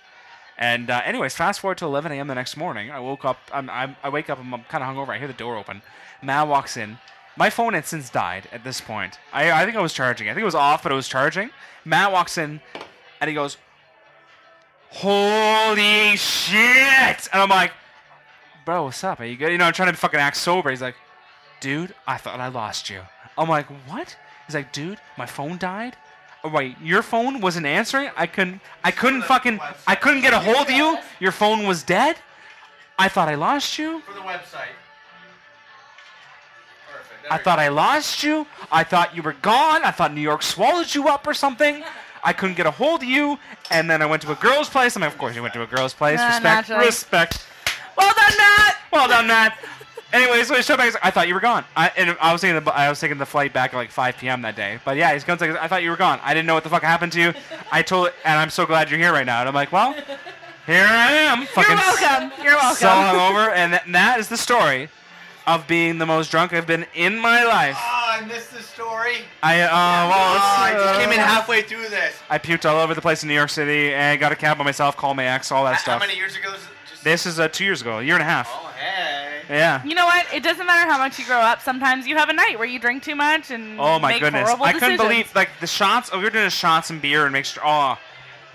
J: And uh, anyways, fast forward to 11 a.m. the next morning. I woke up. I'm, I'm, I wake up. I'm, kind of hungover. I hear the door open. Matt walks in. My phone had since died at this point. I, I think I was charging. I think it was off, but it was charging. Matt walks in, and he goes, "Holy shit!" And I'm like, "Bro, what's up? Are you good?" You know, I'm trying to fucking act sober. He's like, "Dude, I thought I lost you." I'm like, "What?" He's like, "Dude, my phone died." Oh, wait, your phone wasn't answering. I couldn't. I couldn't fucking. I couldn't get a hold of you. Your phone was dead. I thought I lost you.
M: For the website. Perfect.
J: I thought I lost you. I thought you were gone. I thought New York swallowed you up or something. I couldn't get a hold of you. And then I went to a girl's place. I mean, of course, you went to a girl's place.
C: Nah,
J: respect.
C: naturally.
J: Respect.
C: Well done, Matt.
J: Well done, Matt. Anyway, so he showed back. he's like, I thought you were gone. I, and I was taking the I was taking the flight back at like 5 p.m. that day. But yeah, he's going like, I thought you were gone. I didn't know what the fuck happened to you. I told, and I'm so glad you're here right now. And I'm like, well, here I am. Fucking
C: You're welcome. You're welcome.
J: So hungover, and that, that is the story of being the most drunk I've been in my life.
M: Oh, I missed the story.
J: I uh,
M: oh,
J: well,
M: I
J: it's,
M: just
J: uh,
M: came in halfway through this.
J: I puked all over the place in New York City and got a cab by myself, called my ex, all that
M: How
J: stuff.
M: many years ago? is it?
J: This is uh, two years ago, a year and a half.
M: Oh, hey.
J: Yeah.
C: You know what? It doesn't matter how much you grow up. Sometimes you have a night where you drink too much and
J: Oh my
C: make
J: goodness!
C: horrible
J: I couldn't
C: decisions.
J: believe like the shots. Oh, we were doing shots and beer and mixed. Oh,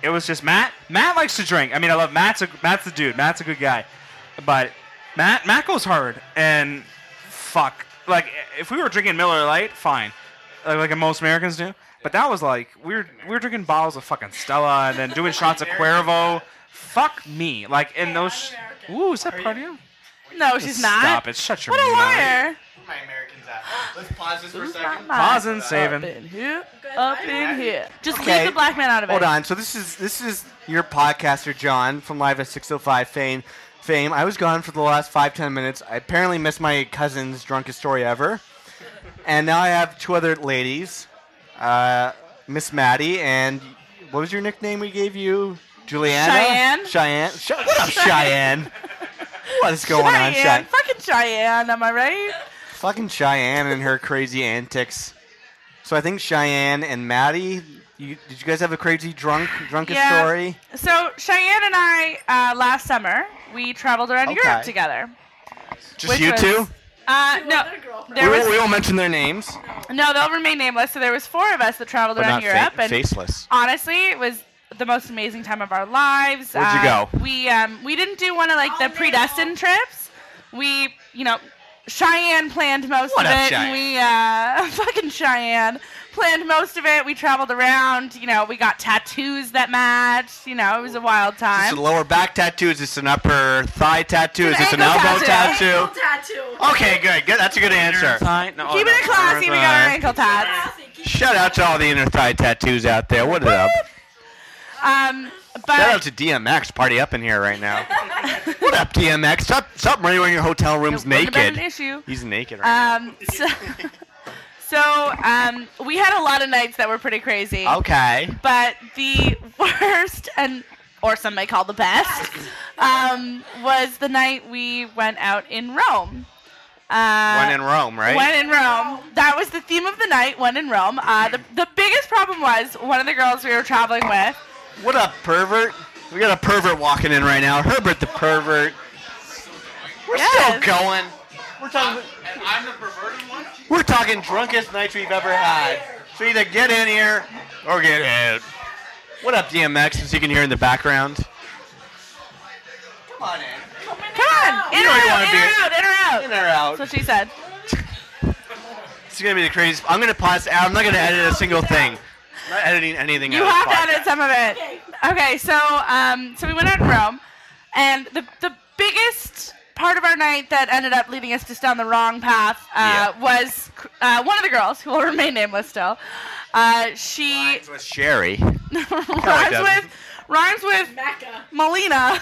J: it was just Matt. Matt likes to drink. I mean, I love Matt's. A, Matt's the dude. Matt's a good guy, but Matt Matt goes hard and fuck. Like if we were drinking Miller Lite, fine, like, like most Americans do. But that was like we were we were drinking bottles of fucking Stella and then doing shots of Cuervo. Fuck me! Like in those. sh- Ooh, is that part of you?
C: No, she's not.
J: Stop it! Shut your
C: What a
J: mouth.
C: liar.
M: My Americans out. Let's pause this for a
C: Who's
M: second.
C: not mine?
J: Pause and save
C: Up
J: him.
C: in here. Up in here. Just
F: Okay.
C: leave the black man out of it.
F: Hold on. So this is this is your podcaster John from Live at 605 fame. Fame. I was gone for the last five ten minutes. I apparently missed my cousin's drunkest story ever, and now I have two other ladies, uh, Miss Maddie and what was your nickname we gave you, Juliana?
C: Cheyenne?
F: Cheyenne. Sh- what up, Cheyenne? What is going on,
C: Cheyenne.
F: Cheyenne?
C: Fucking Cheyenne, am I right?
F: Fucking Cheyenne and her crazy antics. So I think Cheyenne and Maddie. You, did you guys have a crazy drunk drunkest story?
C: So Cheyenne and I uh, last summer we traveled around
F: Okay.
C: Europe together.
F: Just you two?
C: Uh, no,
F: we,
C: there
F: won't, we
C: was
F: won't mention their names.
C: No, they'll remain nameless. So there was four of us that traveled
J: But
C: around
J: not fa-
C: Europe, and
J: faceless.
C: Honestly, it was the most amazing time of our lives.
J: Where'd you
C: Uh,
J: go?
C: We um, we didn't do one of like the predestined trips. We you know Cheyenne planned most
J: What
C: of
J: up,
C: it. and We uh, fucking Cheyenne planned most of it. We traveled around. You know, we got tattoos that matched. You know, it was a wild
F: It's
C: time.
F: a lower back tattoos. It's an upper thigh tattoo. It's, an elbow tattoo. Okay, good. Good. That's a good answer.
C: Keeping it classy. We got our ankle tats.
F: Shout out to all the inner thigh tattoos out there. What up?
C: Um, but
F: Shout out to DMX. Party up in here right now. what up, DMX? Stop, stop running around your hotel rooms
C: wouldn't have been
F: naked.
C: an issue.
F: He's naked right
C: Um, so, so um, we had a lot of nights that were pretty crazy.
F: now. Okay.
C: But the worst, and or some may call the best, um, was the night we went out in Rome. Uh,
F: One in Rome, right?
C: One in Rome. That was the theme of the night. One in Rome. Uh, the, the biggest problem was one of the girls we were traveling with.
F: What up, pervert? We got a pervert walking in right now. Herbert the pervert. We're still going. We're talking.
D: And I'm the perverted one.
F: We're talking drunkest nights we've ever had. So either get in here or get out. What up, DMX? As you can hear in the background. Come on in.
C: Come on, in
F: You
C: or
F: know you
C: out,
F: wanna
C: in
F: be-
C: or out, in or out.
F: In or out.
C: That's what she said.
F: It's gonna be the craziest. I'm gonna pause. I'm not gonna edit a single thing. I'm not editing anything.
C: You
F: out of
C: have to
F: this
C: edit some of it. Okay, so um, so we went out in Rome, and the the biggest part of our night that ended up leading us just down the wrong path uh, was uh, one of the girls who will remain nameless still. Uh, she
F: podcast. With Sherry,
C: rhymes with rhymes with Melina.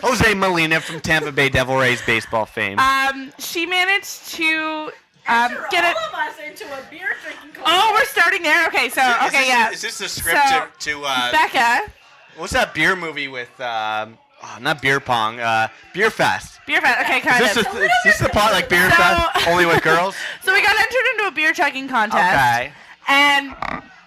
F: Jose Molina from Tampa Bay Devil Rays baseball fame.
C: Um, she managed to um, get it.
N: all of us into a beer drinking club.
C: Oh, we're starting there. Okay, so
F: Is
C: okay,
F: this-
C: yeah.
F: Is this the script
C: So,
F: to, to uh,
C: Becca,
F: What's that beer movie with? Um, oh, not beer pong. Uh, beer fest.
C: beer fest. Okay, kind
F: Is
C: of.
F: this, the, is this the part like beer
C: So-
F: fest only with girls?
C: So we got entered into a beer chugging contest.
F: Okay.
C: And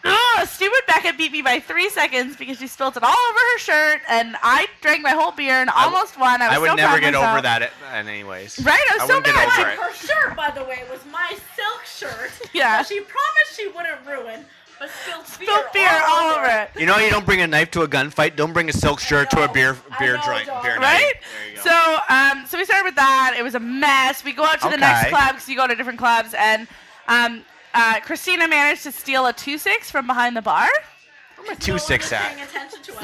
C: ugh, stupid Becca beat me by three seconds because she spilled it all over her shirt, and I drank my whole beer and almost won. I was
F: I would
C: so
F: never
C: proud
F: get
C: of myself.
F: over that, at, and anyways.
C: Right, I was so
F: wouldn't
C: mad.
F: Get over
C: Like,
F: it.
N: Her shirt, by the way, was my silk shirt.
C: Yeah.
N: that She promised she wouldn't ruin, but spilled beer,
C: beer all over it.
F: You know, you don't bring a knife to a gunfight. Don't bring a silk shirt to a beer beer joint. Beer
C: Right?
F: night.
C: So, um, so we started with that. It was a mess. We go out to the next
F: Okay.
C: club because you go to different clubs, and um, uh, Christina managed to steal a two six from behind the bar.
F: Two six act.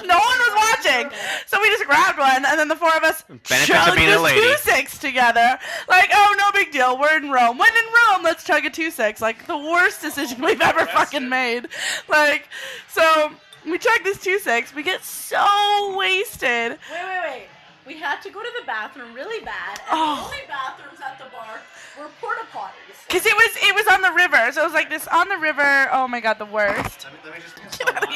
C: No one was watching, so we just grabbed one, and then the four of us
F: Benefits
C: chugged
F: of being a
C: this
F: lady.
C: two six together. Like, oh, no big deal. We're in Rome. When in Rome, let's chug a two six. Like the worst decision we've ever fucking made. Like, so we chug this two six. We get so wasted.
N: Wait, wait, wait. We had to go to the bathroom really bad, and
C: Oh.
N: the only bathrooms at the bar were porta potties.
C: Cause it was it was on the river, so it was like this on the river. Oh my god, the worst.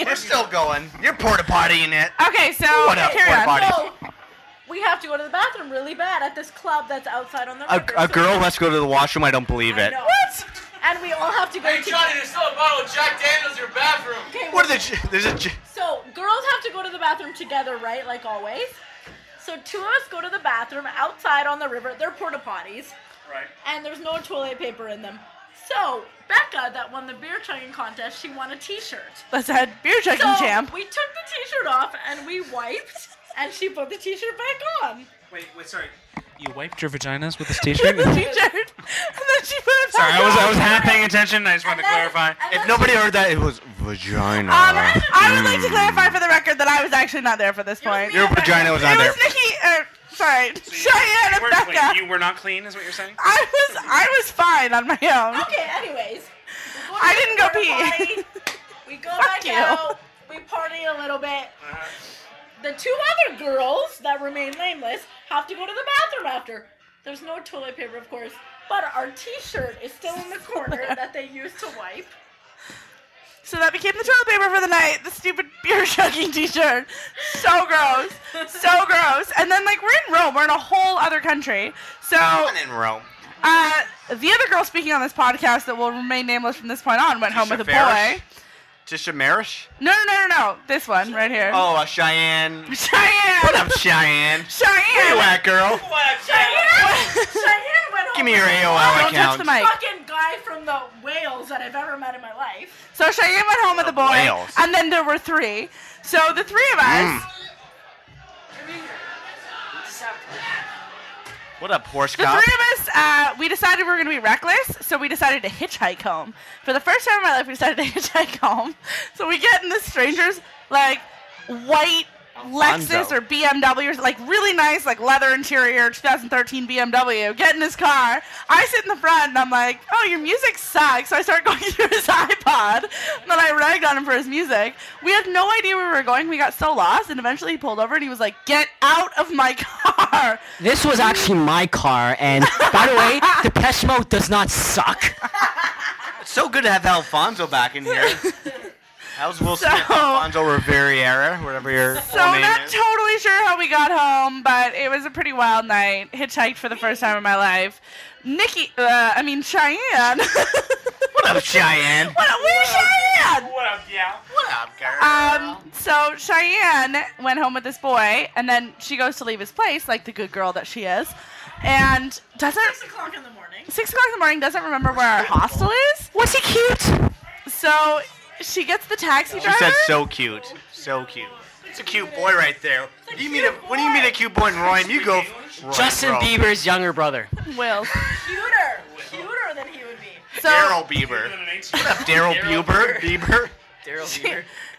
F: We're still going. You're porta pottying it.
C: Okay, so
F: What up,
C: carry
F: porta
C: on.
F: potty?
N: We have to go to the bathroom really bad at this club that's outside on the
F: A,
N: river.
F: a girl must go to the washroom. I don't believe it.
N: What? And we all have to go
D: Hey
N: to
D: Johnny, there's still a bottle of Jack Daniels in your bathroom.
N: Okay,
F: What
N: wait.
F: are the? ch- There's a. ch-
N: So girls have to go to the bathroom together, right? Like always. So two of us go to the bathroom outside on the river. They're porta potties,
P: Right.
N: and there's no toilet paper in them. So Becca, that won the beer chugging contest, she won a T-shirt.
C: Let's head beer chugging
N: so
C: champ.
N: We took the T-shirt off and we wiped, and she put the T-shirt back on.
P: Wait, wait, sorry.
J: You wiped your vaginas with this
C: The
J: t-shirt.
C: T-shirt, and then she put it back
J: Sorry, I was I was
C: on.
J: half paying attention. I just wanted to clarify.
F: If nobody heard that, it was vagina. Hmm.
C: Um, I would like to clarify for the record that I was actually not there for this point.
F: Your vagina was on
C: it
F: there.
C: was Nikki. Uh, sorry, Cheyenne
P: You
C: and
P: were,
C: Becca.
P: wait, you were not clean, is what you're saying?
C: I was I was fine on my own.
N: Okay. Anyways, we
C: I
N: to
C: didn't
N: the
C: go
N: porta
C: pee.
N: potty, we go
C: Fuck
N: back
C: you.
N: out. We party a little bit. The two other girls that remain nameless have to go to the bathroom after. There's no toilet paper, of course, but our T-shirt is still in the corner that they used to wipe.
C: So that became the toilet paper for the night. The stupid beer chugging T-shirt. So gross. So gross. And then like we're in Rome. We're in a whole other country. So
F: I'm in Rome.
C: uh, the other girl speaking on this podcast that will remain nameless from this point on went home with a
F: Farish?
C: boy.
F: Tisha Marish?
C: No, no, no, no, no. This one right here.
F: Oh, uh, Cheyenne.
C: Cheyenne.
F: What up, Cheyenne? Where
C: Cheyenne.
F: you at, girl?
N: Cheyenne, Cheyenne went
F: Give me your AOL
C: Oh, Don't touch
F: account.
C: the mic.
N: Fucking guy from the Wales
O: whales that I've ever met in my life.
C: So Cheyenne went home with the boy,
O: whales.
C: and then there were three. So the three of us.
F: What up, horse
C: The
F: cop?
C: three of us, uh, we decided we were going to be reckless, so we decided to hitchhike home. For the first time in my life, we decided to hitchhike home. So we get in this stranger's, like, white Lexus
O: Alfonso.
C: or BMW, like, really nice, like, leather interior 2013 BMW. Get in his car. I sit in the front, and I'm like, oh, your music sucks. So I start going through his iPod, and then I ragged on him for his music. We had no idea where we were going. We got so lost, and eventually he pulled over, and he was like, get out of my car.
Q: This was actually my car, and by the way, the Depeche Mode does not suck.
F: It's so good to have Alfonso back in here. How's Will
C: So-
F: Smith? Alfonso Rivera, whatever your
C: So
F: full
C: I'm
F: name
C: not
F: is.
C: totally sure how we got home, but it was a pretty wild night. Hitchhiked for the first time in my life. Nikki, uh, I mean Cheyenne.
F: What up, Cheyenne?
C: what up, where's Cheyenne?
L: What up, yeah?
F: What up, girl?
J: Uh,
C: Um, so Cheyenne went home with this boy, and then she goes to leave his place, like the good girl that she is, and doesn't. Six
O: o'clock in the morning.
C: Six o'clock in the morning doesn't remember where our hostel is.
Q: Was he cute?
C: So she gets the taxi
F: She
C: driver.
F: said so cute. So cute. It's a cute boy right there. When you meet a when you meet a cute boy in Ryan, you go Roy,
Q: Justin
F: bro.
Q: Bieber's younger brother.
C: Will.
O: Cuter, cuter than he would be.
F: Daryl Bieber. What up, Daryl Bieber? Bieber.
C: She,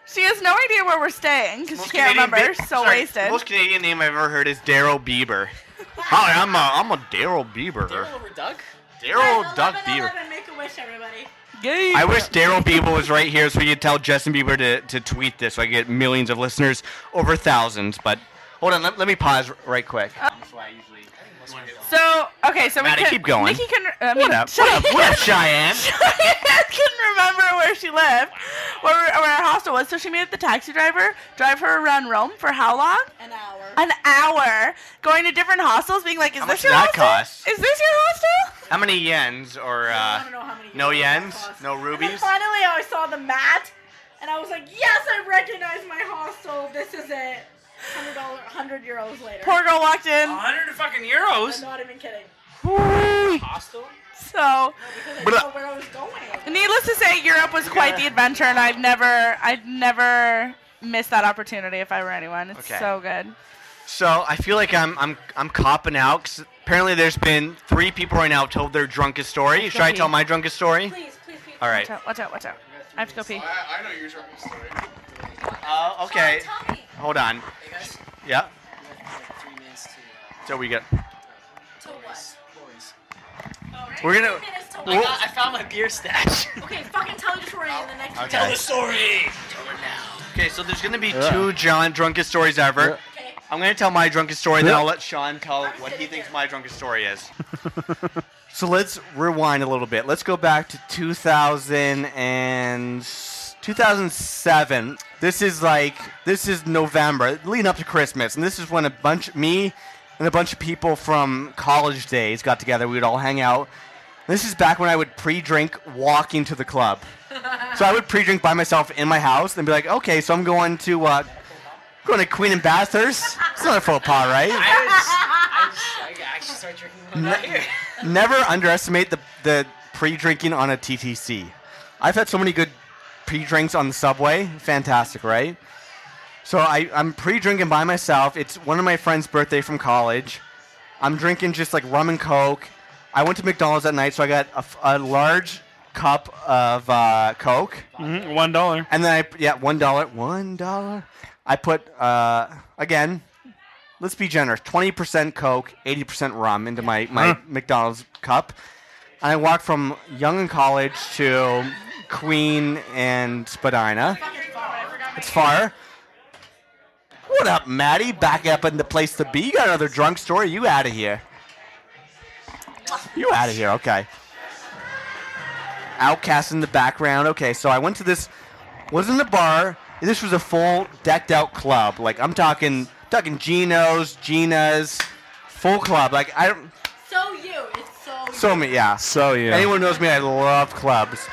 C: she has no idea where we're staying because she can't
F: Canadian
C: remember.
F: ba-
C: so
F: sorry,
C: wasted.
F: Most Canadian name I've ever heard is Daryl Bieber. Hi, I'm a I'm a Daryl Bieber.
Q: over Doug?
F: Daryl Duck Bieber.
O: Make a wish, everybody.
F: I wish Daryl Bieber was right here so we could tell Justin Bieber to, to tweet this so I get millions of listeners, over thousands. But hold on, let, let me pause r- right quick.
C: Uh, So okay, so
F: Maddie,
C: we could,
F: keep going.
C: Nikki can. I mean,
F: What up? What up? What up, Cheyenne?
C: Cheyenne couldn't remember where she lived, where, where our hostel was. So she made up the taxi driver drive her around Rome for how long? An hour. An hour, going to different hostels, being like, "Is
F: How
C: this
F: much
C: your
F: did that
C: hostel?
F: cost?
C: Is this your hostel?"
F: How many yens or uh, no yens, no
O: And
F: rubies?
O: finally, I saw the mat, and I was like, yes, I recognize my hostel. This is it. Hundred dollar, hundred euros later.
C: Poor girl walked in.
L: 100 fucking euros?
O: I'm not even kidding.
L: Hostel?
C: So,
O: I
F: uh,
O: didn't know where I was going.
C: needless to say, Europe was quite the adventure, and I've never, I'd never miss that opportunity if I were anyone. It's
F: Okay.
C: so good.
F: So I feel like I'm I'm I'm copping out 'cause apparently there's been three people right now told their drunkest story. Should I tell my drunkest story?
O: Please, please, please.
F: All right.
C: Watch out! Watch out! Watch out! I have to go pee.
M: I, I know your drunk story.
F: Uh, okay. Hold on. Yeah. So we got.
R: To what? Boys.
F: We're gonna.
R: I, got, I found my beer stash.
O: Okay, fucking tell your story in the next.
F: Okay.
R: Tell the story. Tell it now.
F: Okay, so there's gonna be
A: Yeah.
F: two John drunkest stories ever. I'm gonna tell my drunkest story, then I'll let Sean tell what he thinks my drunkest story is. so let's rewind a little bit. Let's go back to 2000 and 2007. This is like this is November, leading up to Christmas, and this is when a bunch me and a bunch of people from college days got together. We would all hang out. This is back when I would pre-drink walking to the club. So I would pre-drink by myself in my house and be like, okay, so I'm going to uh, going to Queen and Bathurst. It's not a faux pas, right?
R: I, just, I, just, I actually started drinking when I got here.
F: Never underestimate the the pre-drinking on a TTC. I've had so many good pre-drinks on the subway. Fantastic, right? So I, I'm pre-drinking by myself. It's one of my friend's birthday from college. I'm drinking just like rum and coke. I went to McDonald's that night, so I got a, f- a large cup of uh, coke.
J: Mm-hmm, One dollar.
F: And then I yeah one dollar one dollar. I put uh, again. Let's be generous. Twenty percent Coke, eighty percent rum into my my
J: Huh.
F: McDonald's cup, and I walked from Young and College to Queen and Spadina. It's far. What up, Maddie? Back up in the place to be. You got another drunk story? You out of here? You out of here? Okay. Outcast in the background. Okay, so I went to this. Wasn't a bar. This was a full decked out club. Like I'm talking, talking Geno's, Gina's, full club. Like I don't.
O: So you, it's so.
F: So me, yeah. So yeah. Anyone knows me, I love clubs.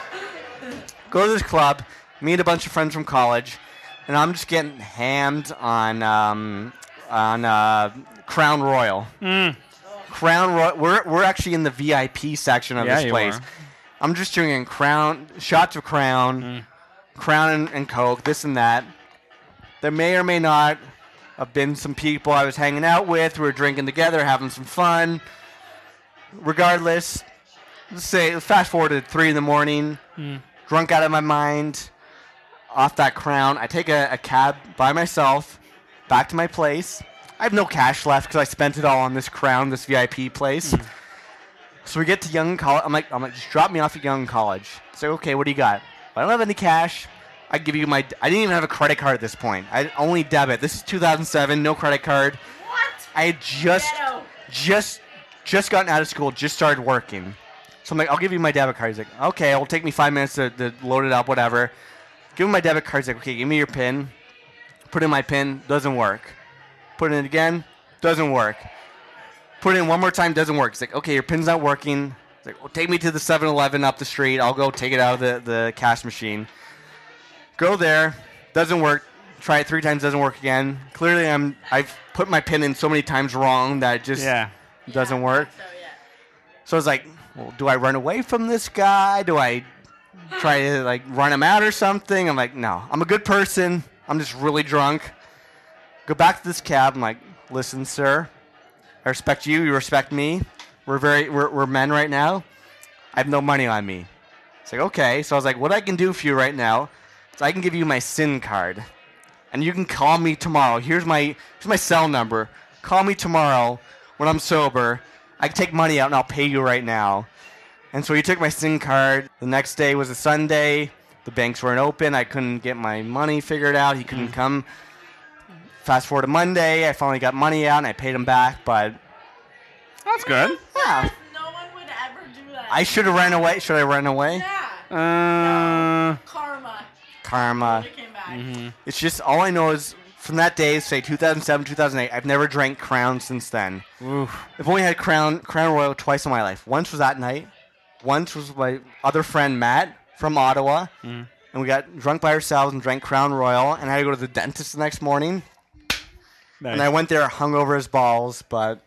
F: Go to this club, meet a bunch of friends from college, and I'm just getting hammed on um, on uh, Crown
J: Mm.
F: Royal. Crown Royal. We're we're actually in the VIP section of
J: Yeah,
F: this
J: you
F: place.
J: are.
F: I'm just drinking Crown, shots of Crown,
J: Mm.
F: Crown and, and Coke, this and that. There may or may not have been some people I was hanging out with. We were drinking together, having some fun. Regardless, let's say fast forward to three in the morning,
Q: Mm.
F: drunk out of my mind, off that crown. I take a, a cab by myself back to my place. I have no cash left because I spent it all on this crown, this VIP place. So we get to Young College. I'm like, I'm like, just drop me off at Young College. It's like, okay, what do you got? I don't have any cash. I give you my. I didn't even have a credit card at this point. I only debit. This is 2007. No credit card.
O: What?
F: I had just,
O: Ghetto.
F: just, just gotten out of school. Just started working. So I'm like, I'll give you my debit card. He's like, okay, it'll take me five minutes to, to load it up, whatever. Give him my debit card. He's like, okay, give me your pin. Put in my pin. Doesn't work. Put it in again. Doesn't work. Put it in one more time. Doesn't work. It's like, okay, your pin's not working. It's like, well, take me to the 7-Eleven up the street. I'll go take it out of the, the cash machine. Go there. Doesn't work. Try it three times. Doesn't work again. Clearly, I'm I've put my pin in so many times wrong that it just
J: Yeah.
F: doesn't work. So I was like, well, do I run away from this guy? Do I try to like run him out or something? I'm like, no, I'm a good person. I'm just really drunk. Go back to this cab. I'm like, listen, sir, I respect you. You respect me. We're very we're, we're men right now. I have no money on me. It's like okay. So I was like, what I can do for you right now is I can give you my SIN card, and you can call me tomorrow. Here's my here's my cell number. Call me tomorrow when I'm sober. I can take money out and I'll pay you right now. And so he took my SIM card. The next day was a Sunday. The banks weren't open. I couldn't get my money figured out. He couldn't come. Fast forward to Monday. I finally got money out and I paid him back, but
J: that's good.
F: Yeah.
O: No one would ever do that.
F: I should have ran away. Should I run away?
J: Yeah.
F: Uh,
O: Karma.
F: karma.
O: It came back.
J: Mm-hmm.
F: It's just all I know is from that day, say 2007, 2008. I've never drank Crown since then. I've only had Crown Crown Royal twice in my life. Once was that night. Once was my other friend Matt from Ottawa,
J: Mm.
F: and we got drunk by ourselves and drank Crown Royal, and I had to go to the dentist the next morning. And I went there hungover as balls, but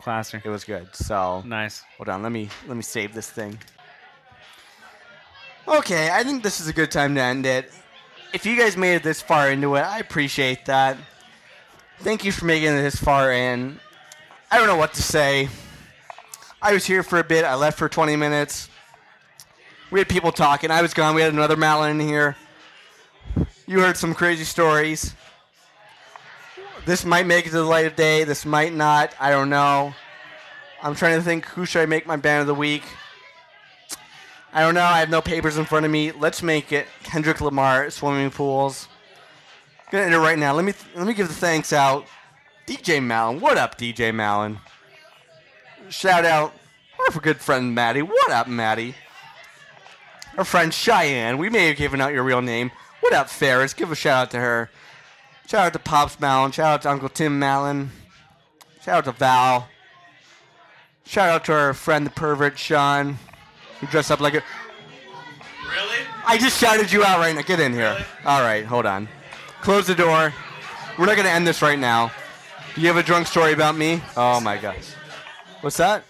J: classic.
F: It was good. So
J: nice.
F: Hold on, let me let me save this thing. Okay, I think this is a good time to end it. If you guys made it this far into it, I appreciate that. Thank you for making it this far in. I don't know what to say. I was here for a bit. I left for 20 minutes. We had people talking. I was gone. We had another Malin in here. You heard some crazy stories. This might make it to the light of day. This might not. I don't know. I'm trying to think who should I make my band of the week. I don't know. I have no papers in front of me. Let's make it Kendrick Lamar swimming pools. Gonna end it right now. Let me let me give the thanks out. DJ Malin, what up, DJ Malin? Shout out our good friend Maddie. What up, Maddie? Our friend Cheyenne. We may have given out your real name. What up, Ferris? Give a shout out to her. Shout out to Pops Malin. Shout out to Uncle Tim Malin. Shout out to Val. Shout out to our friend the pervert Sean, who dressed up like a. Really? I just shouted you out right now. Get in here. All right, hold on. Close the door. We're not gonna end this right now. Do you have a drunk story about me? Oh my god. What's that?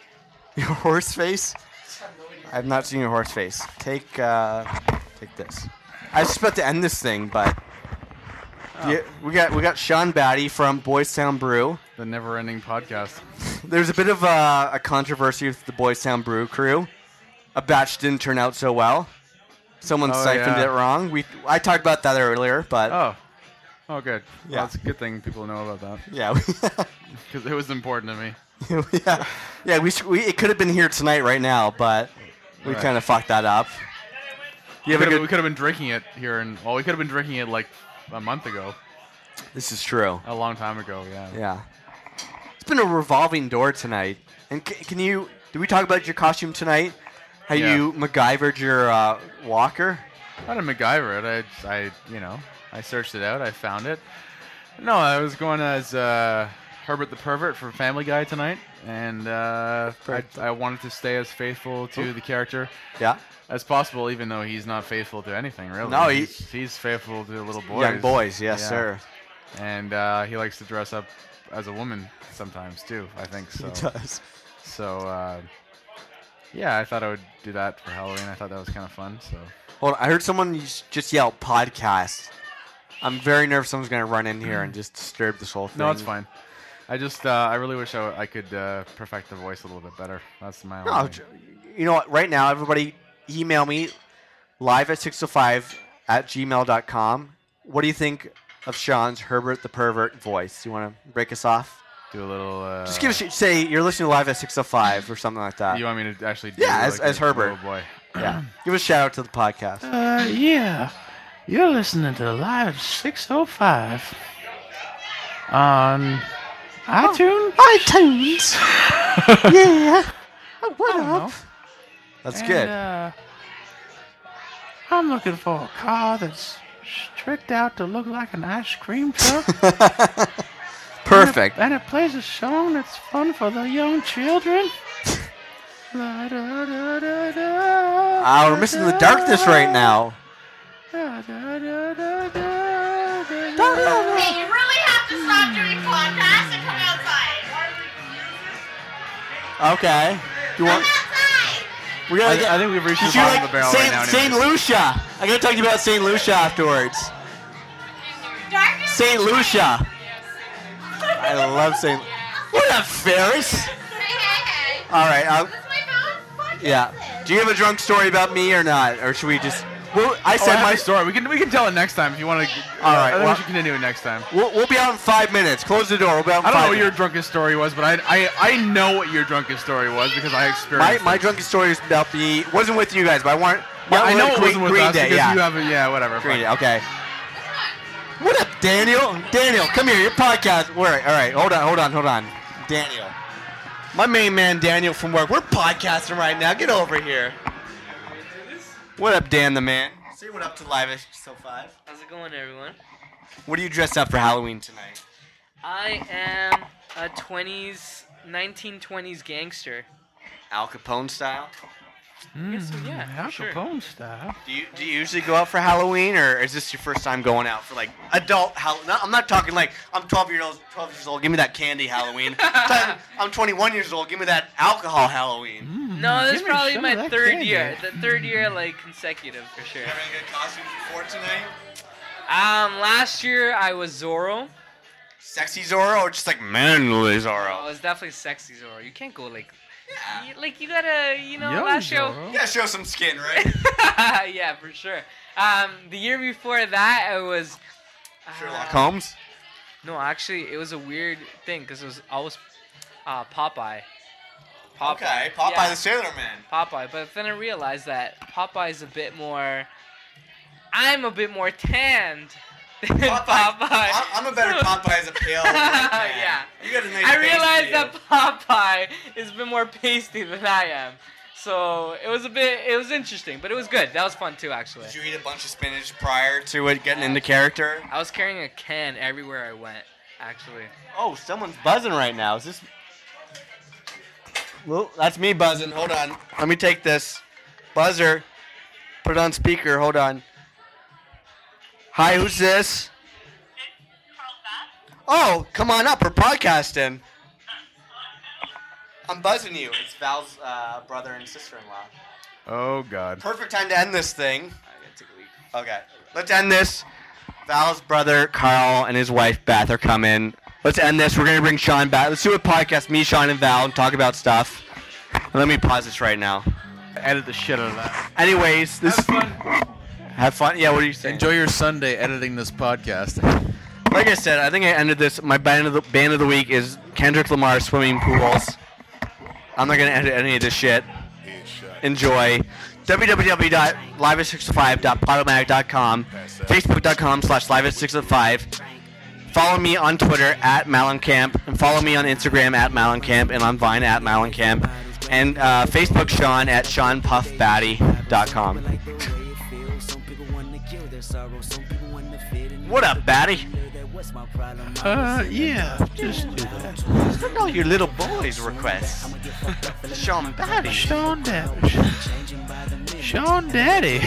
F: Your horse face? I've not seen your horse face. Take uh, take this. I was just about to end this thing, but
G: Oh.
F: yeah, we got we got Sean Batty from Boys Town Brew.
G: The never ending podcast.
F: There's a bit of uh, a controversy with the Boys Town Brew crew. A batch didn't turn out so well. Someone
G: Oh,
F: siphoned
G: yeah.
F: it wrong. We I talked about that earlier, but
G: Oh. Oh, good.
F: Yeah.
G: Well, that's a good thing people know about that.
F: Yeah.
G: Because it was important to me.
F: yeah, yeah. We, sh- we it could have been here tonight right now, but we
G: Right.
F: kind of fucked that up. You have a
G: Could've-
F: good-
G: we could have been drinking it here, and well, we could have been drinking it like a month ago,
F: This is true.
G: a long time ago. Yeah.
F: Yeah. It's been a revolving door tonight. And c- can you? Did we talk about your costume tonight? How
G: Yeah.
F: you MacGyvered your uh, walker?
G: I didn't MacGyver it. I, I, you know, I searched it out. I found it. No, I was going as uh, Herbert the Pervert from Family Guy tonight, and uh, I, I wanted to stay as faithful to the character.
F: Oh. Yeah.
G: As possible, even though he's not faithful to anything, really.
F: No, he-
G: he's, he's faithful to little boys.
F: Young boys, yes,
G: Yeah.
F: sir.
G: And uh, he likes to dress up as a woman sometimes too. I think so.
F: does.
G: So uh, Yeah, I thought I would do that for Halloween. I thought that was kind of fun. So
F: Hold on, I heard someone just- just yell podcast. I'm very nervous someone's going to run in here and just disturb this whole thing.
G: no, it's fine. I just uh, I really wish I, w- I could uh, perfect the voice a little bit better. That's my.
F: No,
G: only-
F: j- you know what? Right now, everybody email me live at 605 at gmail.com. What do you think of Sean's Herbert the Pervert voice? You want to break us off?
G: Do a little. Uh,
F: Just give us, say you're listening live at 605 or something like that.
G: You want me to actually? Do
F: yeah, as,
G: like,
F: as
G: a-
F: Herbert.
G: Oh boy.
F: yeah. Give a shout out to the podcast.
S: Uh, yeah. You're listening to Live 605 on
F: Oh,
S: iTunes. iTunes. yeah. Oh,
F: What up? That's good.
S: Uh, I'm looking for a car that's tricked out to look like an ice cream truck.
F: Perfect.
S: And it, and it plays a song that's fun for the young children.
F: Ah, we're missing the darkness right now.
E: Hey, you really have to stop doing podcasts and come outside.
F: Okay. You want? We gotta
G: I-
F: get-
G: I think we've reached
F: Did
G: the
F: you
G: bottom
F: like
G: of the barrel right
F: Saint,
G: now anyway.
F: Saint Lucia. I gotta talk to you about Saint Lucia afterwards. Saint Lucia. I love Saint. What up, Ferris? All right. I'll- yeah. Do you have a drunk story about me or not, or should we just? Well, I
G: Oh,
F: said
G: have
F: my
G: a story. We can we can tell it next time if you want to.
F: All right,
G: I think
F: well-
G: we should continue it next time.
F: We'll, we'll be out in five minutes. Close the door. We'll be out in
G: I don't
F: five
G: know what your
F: minutes.
G: drunkest story was, but I, I I know what your drunkest story was because I
F: my,
G: experienced.
F: my
G: it.
F: drunkest story is about the wasn't with you guys, but I want.
G: Yeah,
F: want
G: I
F: to
G: know
F: let
G: it
F: Green,
G: wasn't with
F: Green
G: us
F: Day.
G: because
F: Yeah.
G: you have a yeah whatever.
F: Green Day.
G: fine.
F: Okay. What up, Daniel? Daniel, come here. Your podcast. All right, all right. Hold on, hold on, hold on. Daniel, my main man, Daniel from work. We're podcasting right now. Get over here. What up, Dan the man? Say what up to Live at So Five.
R: How's it going, everyone?
F: What are you dressed up for Halloween tonight?
R: I am a 20s, 1920s gangster.
F: Al Capone style.
R: yeah,
S: Al
R: sure.
S: Capone style.
F: Do you, do you usually go out for Halloween, or is this your first time going out for like adult Halloween? I'm not talking like I'm 12 year old, 12 years old. Give me that candy Halloween. I'm, I'm 21 years old. Give me that alcohol Halloween.
C: Hmm,
R: No, this is
F: give me
R: probably
F: some
R: my
F: of that
R: third
F: candy.
R: year. The third year, like, consecutive, for sure.
M: Having a good costume for tonight?
R: Um, last year I was Zorro.
F: Sexy Zorro or just like manly
R: Oh, I
F: Zorro?
R: was definitely sexy Zorro. You can't go like, you- like you gotta, you know,
F: Yo,
R: last show.
F: Zorro. Yeah, show some skin, right?
R: yeah, for sure. Um, the year before that I was. uh,
F: Sherlock Holmes.
R: No, actually, it was a weird thing because it was I was uh, Popeye. Popeye.
F: Okay, Popeye the Sailor Man.
R: Popeye, but then I realized that Popeye's a bit more. I'm a bit more tanned than Popeye.
F: I- I'm a better Popeye as a pale. white man.
R: yeah.
F: You got a nice
R: I
F: face
R: realized
F: to you.
R: that Popeye is a bit more pasty than I am. So it was a bit, it was interesting, but it was good. That was fun too, actually.
F: Did you eat a bunch of spinach prior to it getting into character?
R: I was carrying a can everywhere I went, actually.
F: Oh, someone's buzzing right now. Is this? Well, that's me buzzing. Hold on. Let me take this buzzer. Put it on speaker. Hold on. Hi, who's this? Oh, come on up. We're podcasting. I'm buzzing you. It's Val's uh, brother and sister-in-law.
G: Oh God.
F: Perfect time to end this thing. Okay. Let's end this. Val's brother Carl and his wife Beth are coming. Let's end this. We're gonna bring Sean back. Let's do a podcast, me, Sean, and Val, and talk about stuff. Let me pause this right now.
G: Edit the shit out of that.
F: Anyways, this have fun. Have fun. Yeah. What are you saying?
G: Enjoy your Sunday editing this podcast.
F: Like I said, I think I ended this. My band of the band of the week is Kendrick Lamar swimming pools. I'm not gonna edit any of this shit. Enjoy. www.live65.podomatic.com facebook.com slash live65 follow me on twitter at malencamp and follow me on instagram at malencamp and on vine at malencamp and uh, facebook sean at seanpuffbatty.com what up batty
S: Uh, yeah, just do that.
F: Look at all your little boys requests sean batty
S: Sean Daddy. Sean Daddy.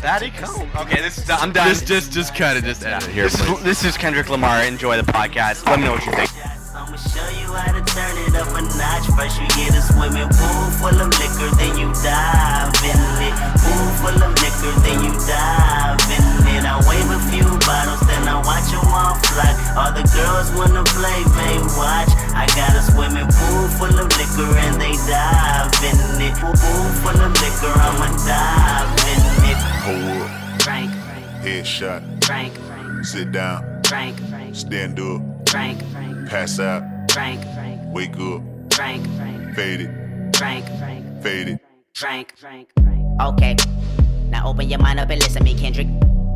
F: batty come okay this is i'm done
G: Just just just kind of just edit it here.
F: this is, this is kendrick lamar enjoy the podcast let me know what you think
T: I'ma show you how to turn it up a notch. First you get a swimming pool full of liquor, then you dive in it. Pool full of liquor, then you dive in it. I wave a few bottles, then I watch 'em all fly. All the girls wanna play, they watch. I got a swimming pool full of liquor and they dive in it. Pool full of liquor, I'ma dive in it.
U: Hold up.
T: Frank,
U: Headshot.
T: Frank,
U: Sit down.
T: Frank,
U: Stand up.
T: Frank,
U: Pass out.
T: Frank,
U: Wake up.
T: Frank,
U: Fade it.
T: Frank, Frank.
U: Fade it.
T: Frank, Frank, Frank. Okay. Now open your mind up and listen to me, Kendrick.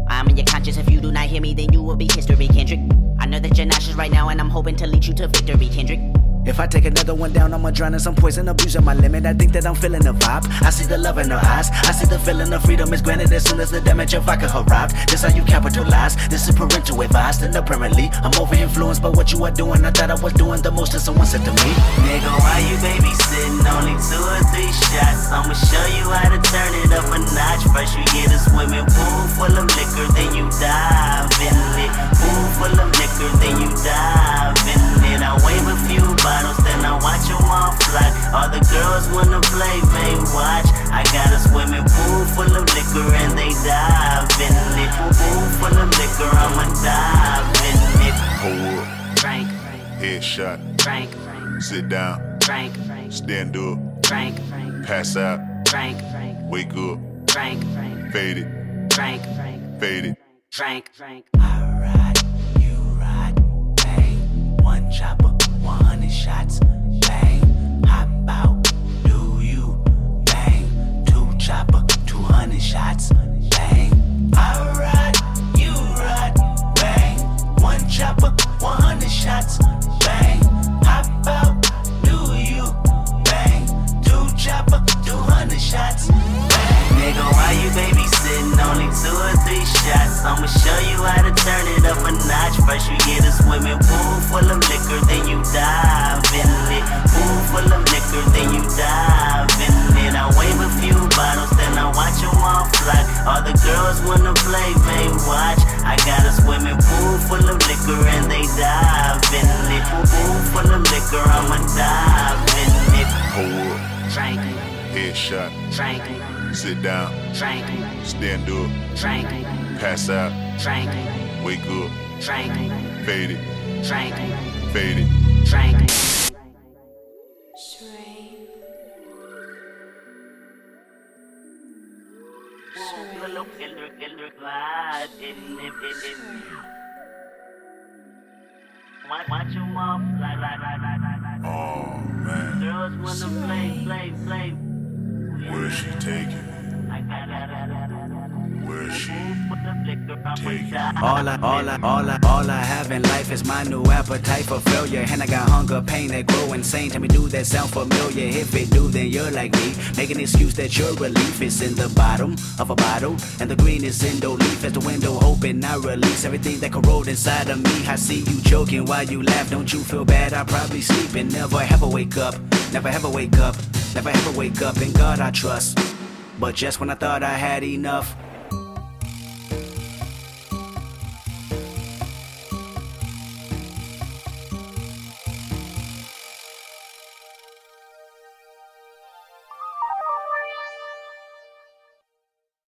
T: I'm in your conscience. If you do not hear me, then you will be history, Kendrick. I know that you're nauseous right now, and I'm hoping to lead you to victory, Kendrick.
V: If I take another one down, I'ma drown in some poison, abusing my limit. I think that I'm feeling the vibe. I see the love in her eyes. I see the feeling of freedom is granted as soon as the damage of vodka arrived. This how you capitalize. This is parental advice. Then apparently, I'm over influenced by what you are doing. I thought I was doing the most, and someone said to me,
T: Nigga, why you babysitting? Only two or three shots. I'ma show you how to turn it up a notch. First, you get a swimming pool full of liquor, then you dive in it. Pool full of liquor, then you dive in it. I wave a few bottles, then I watch 'em all fly. All the girls wanna play, they watch. I got a swimming pool full of liquor, and they dive in it. Pool full of liquor, I'ma dive in it.
U: Hold up.
T: Frank,
U: Headshot.
T: Frank,
U: Sit down.
T: Frank,
U: Stand up.
T: Frank,
U: Pass out.
T: Frank,
U: Wake up.
T: Frank, Frank.
U: Fade it.
T: Frank, Frank,
U: Fade it.
T: Frank, Frank.
V: One chopper, 100 shots, bang. Hop out, do you bang? Two chopper, 200 shots, bang. Alright, you right, bang. One chopper, 100 shots, bang. Hop out, do you bang? Two chopper, 200 shots, bang.
T: Nigga, why you babysitting? Only two or three shots. I'ma show you how to turn it up a notch. First, you get a swimming pool full of liquor, then you dive in it. Pool full of liquor, then you dive in it. I wave a few bottles, then I watch 'em all fly. All the girls wanna play, they watch. I got a swimming pool full of liquor, and they dive in it. Pool full of liquor, I'ma dive in it.
U: Hold up.
T: Frank,
U: Headshot.
T: Frank,
U: Sit down.
T: Frank,
U: Stand up.
T: Frank,
U: Pass out.
T: Frank,
U: Wake up.
T: Frank.
U: Fade it.
T: Frank,
U: Fade it.
T: Frank. Watch 'em all fly, fly, fly, fly, fly, fly.
U: Oh man.
T: Girls wanna play, play, play.
U: Where is she taking?
T: I got
U: it? Where is she taking?
V: All I, all I, all I, all I have in life is my new appetite for failure. And I got hunger, pain that grow insane. Tell me, do that sound familiar? If it do, then you're like me. Make an excuse that your relief is in the bottom of a bottle. And the green is in the leaf as the window open. I release everything that corrode inside of me. I see you joking while you laugh. Don't you feel bad? I probably sleep and never ever wake up. Never ever wake up. Never ever wake up. In God I trust. But just when I thought I had enough,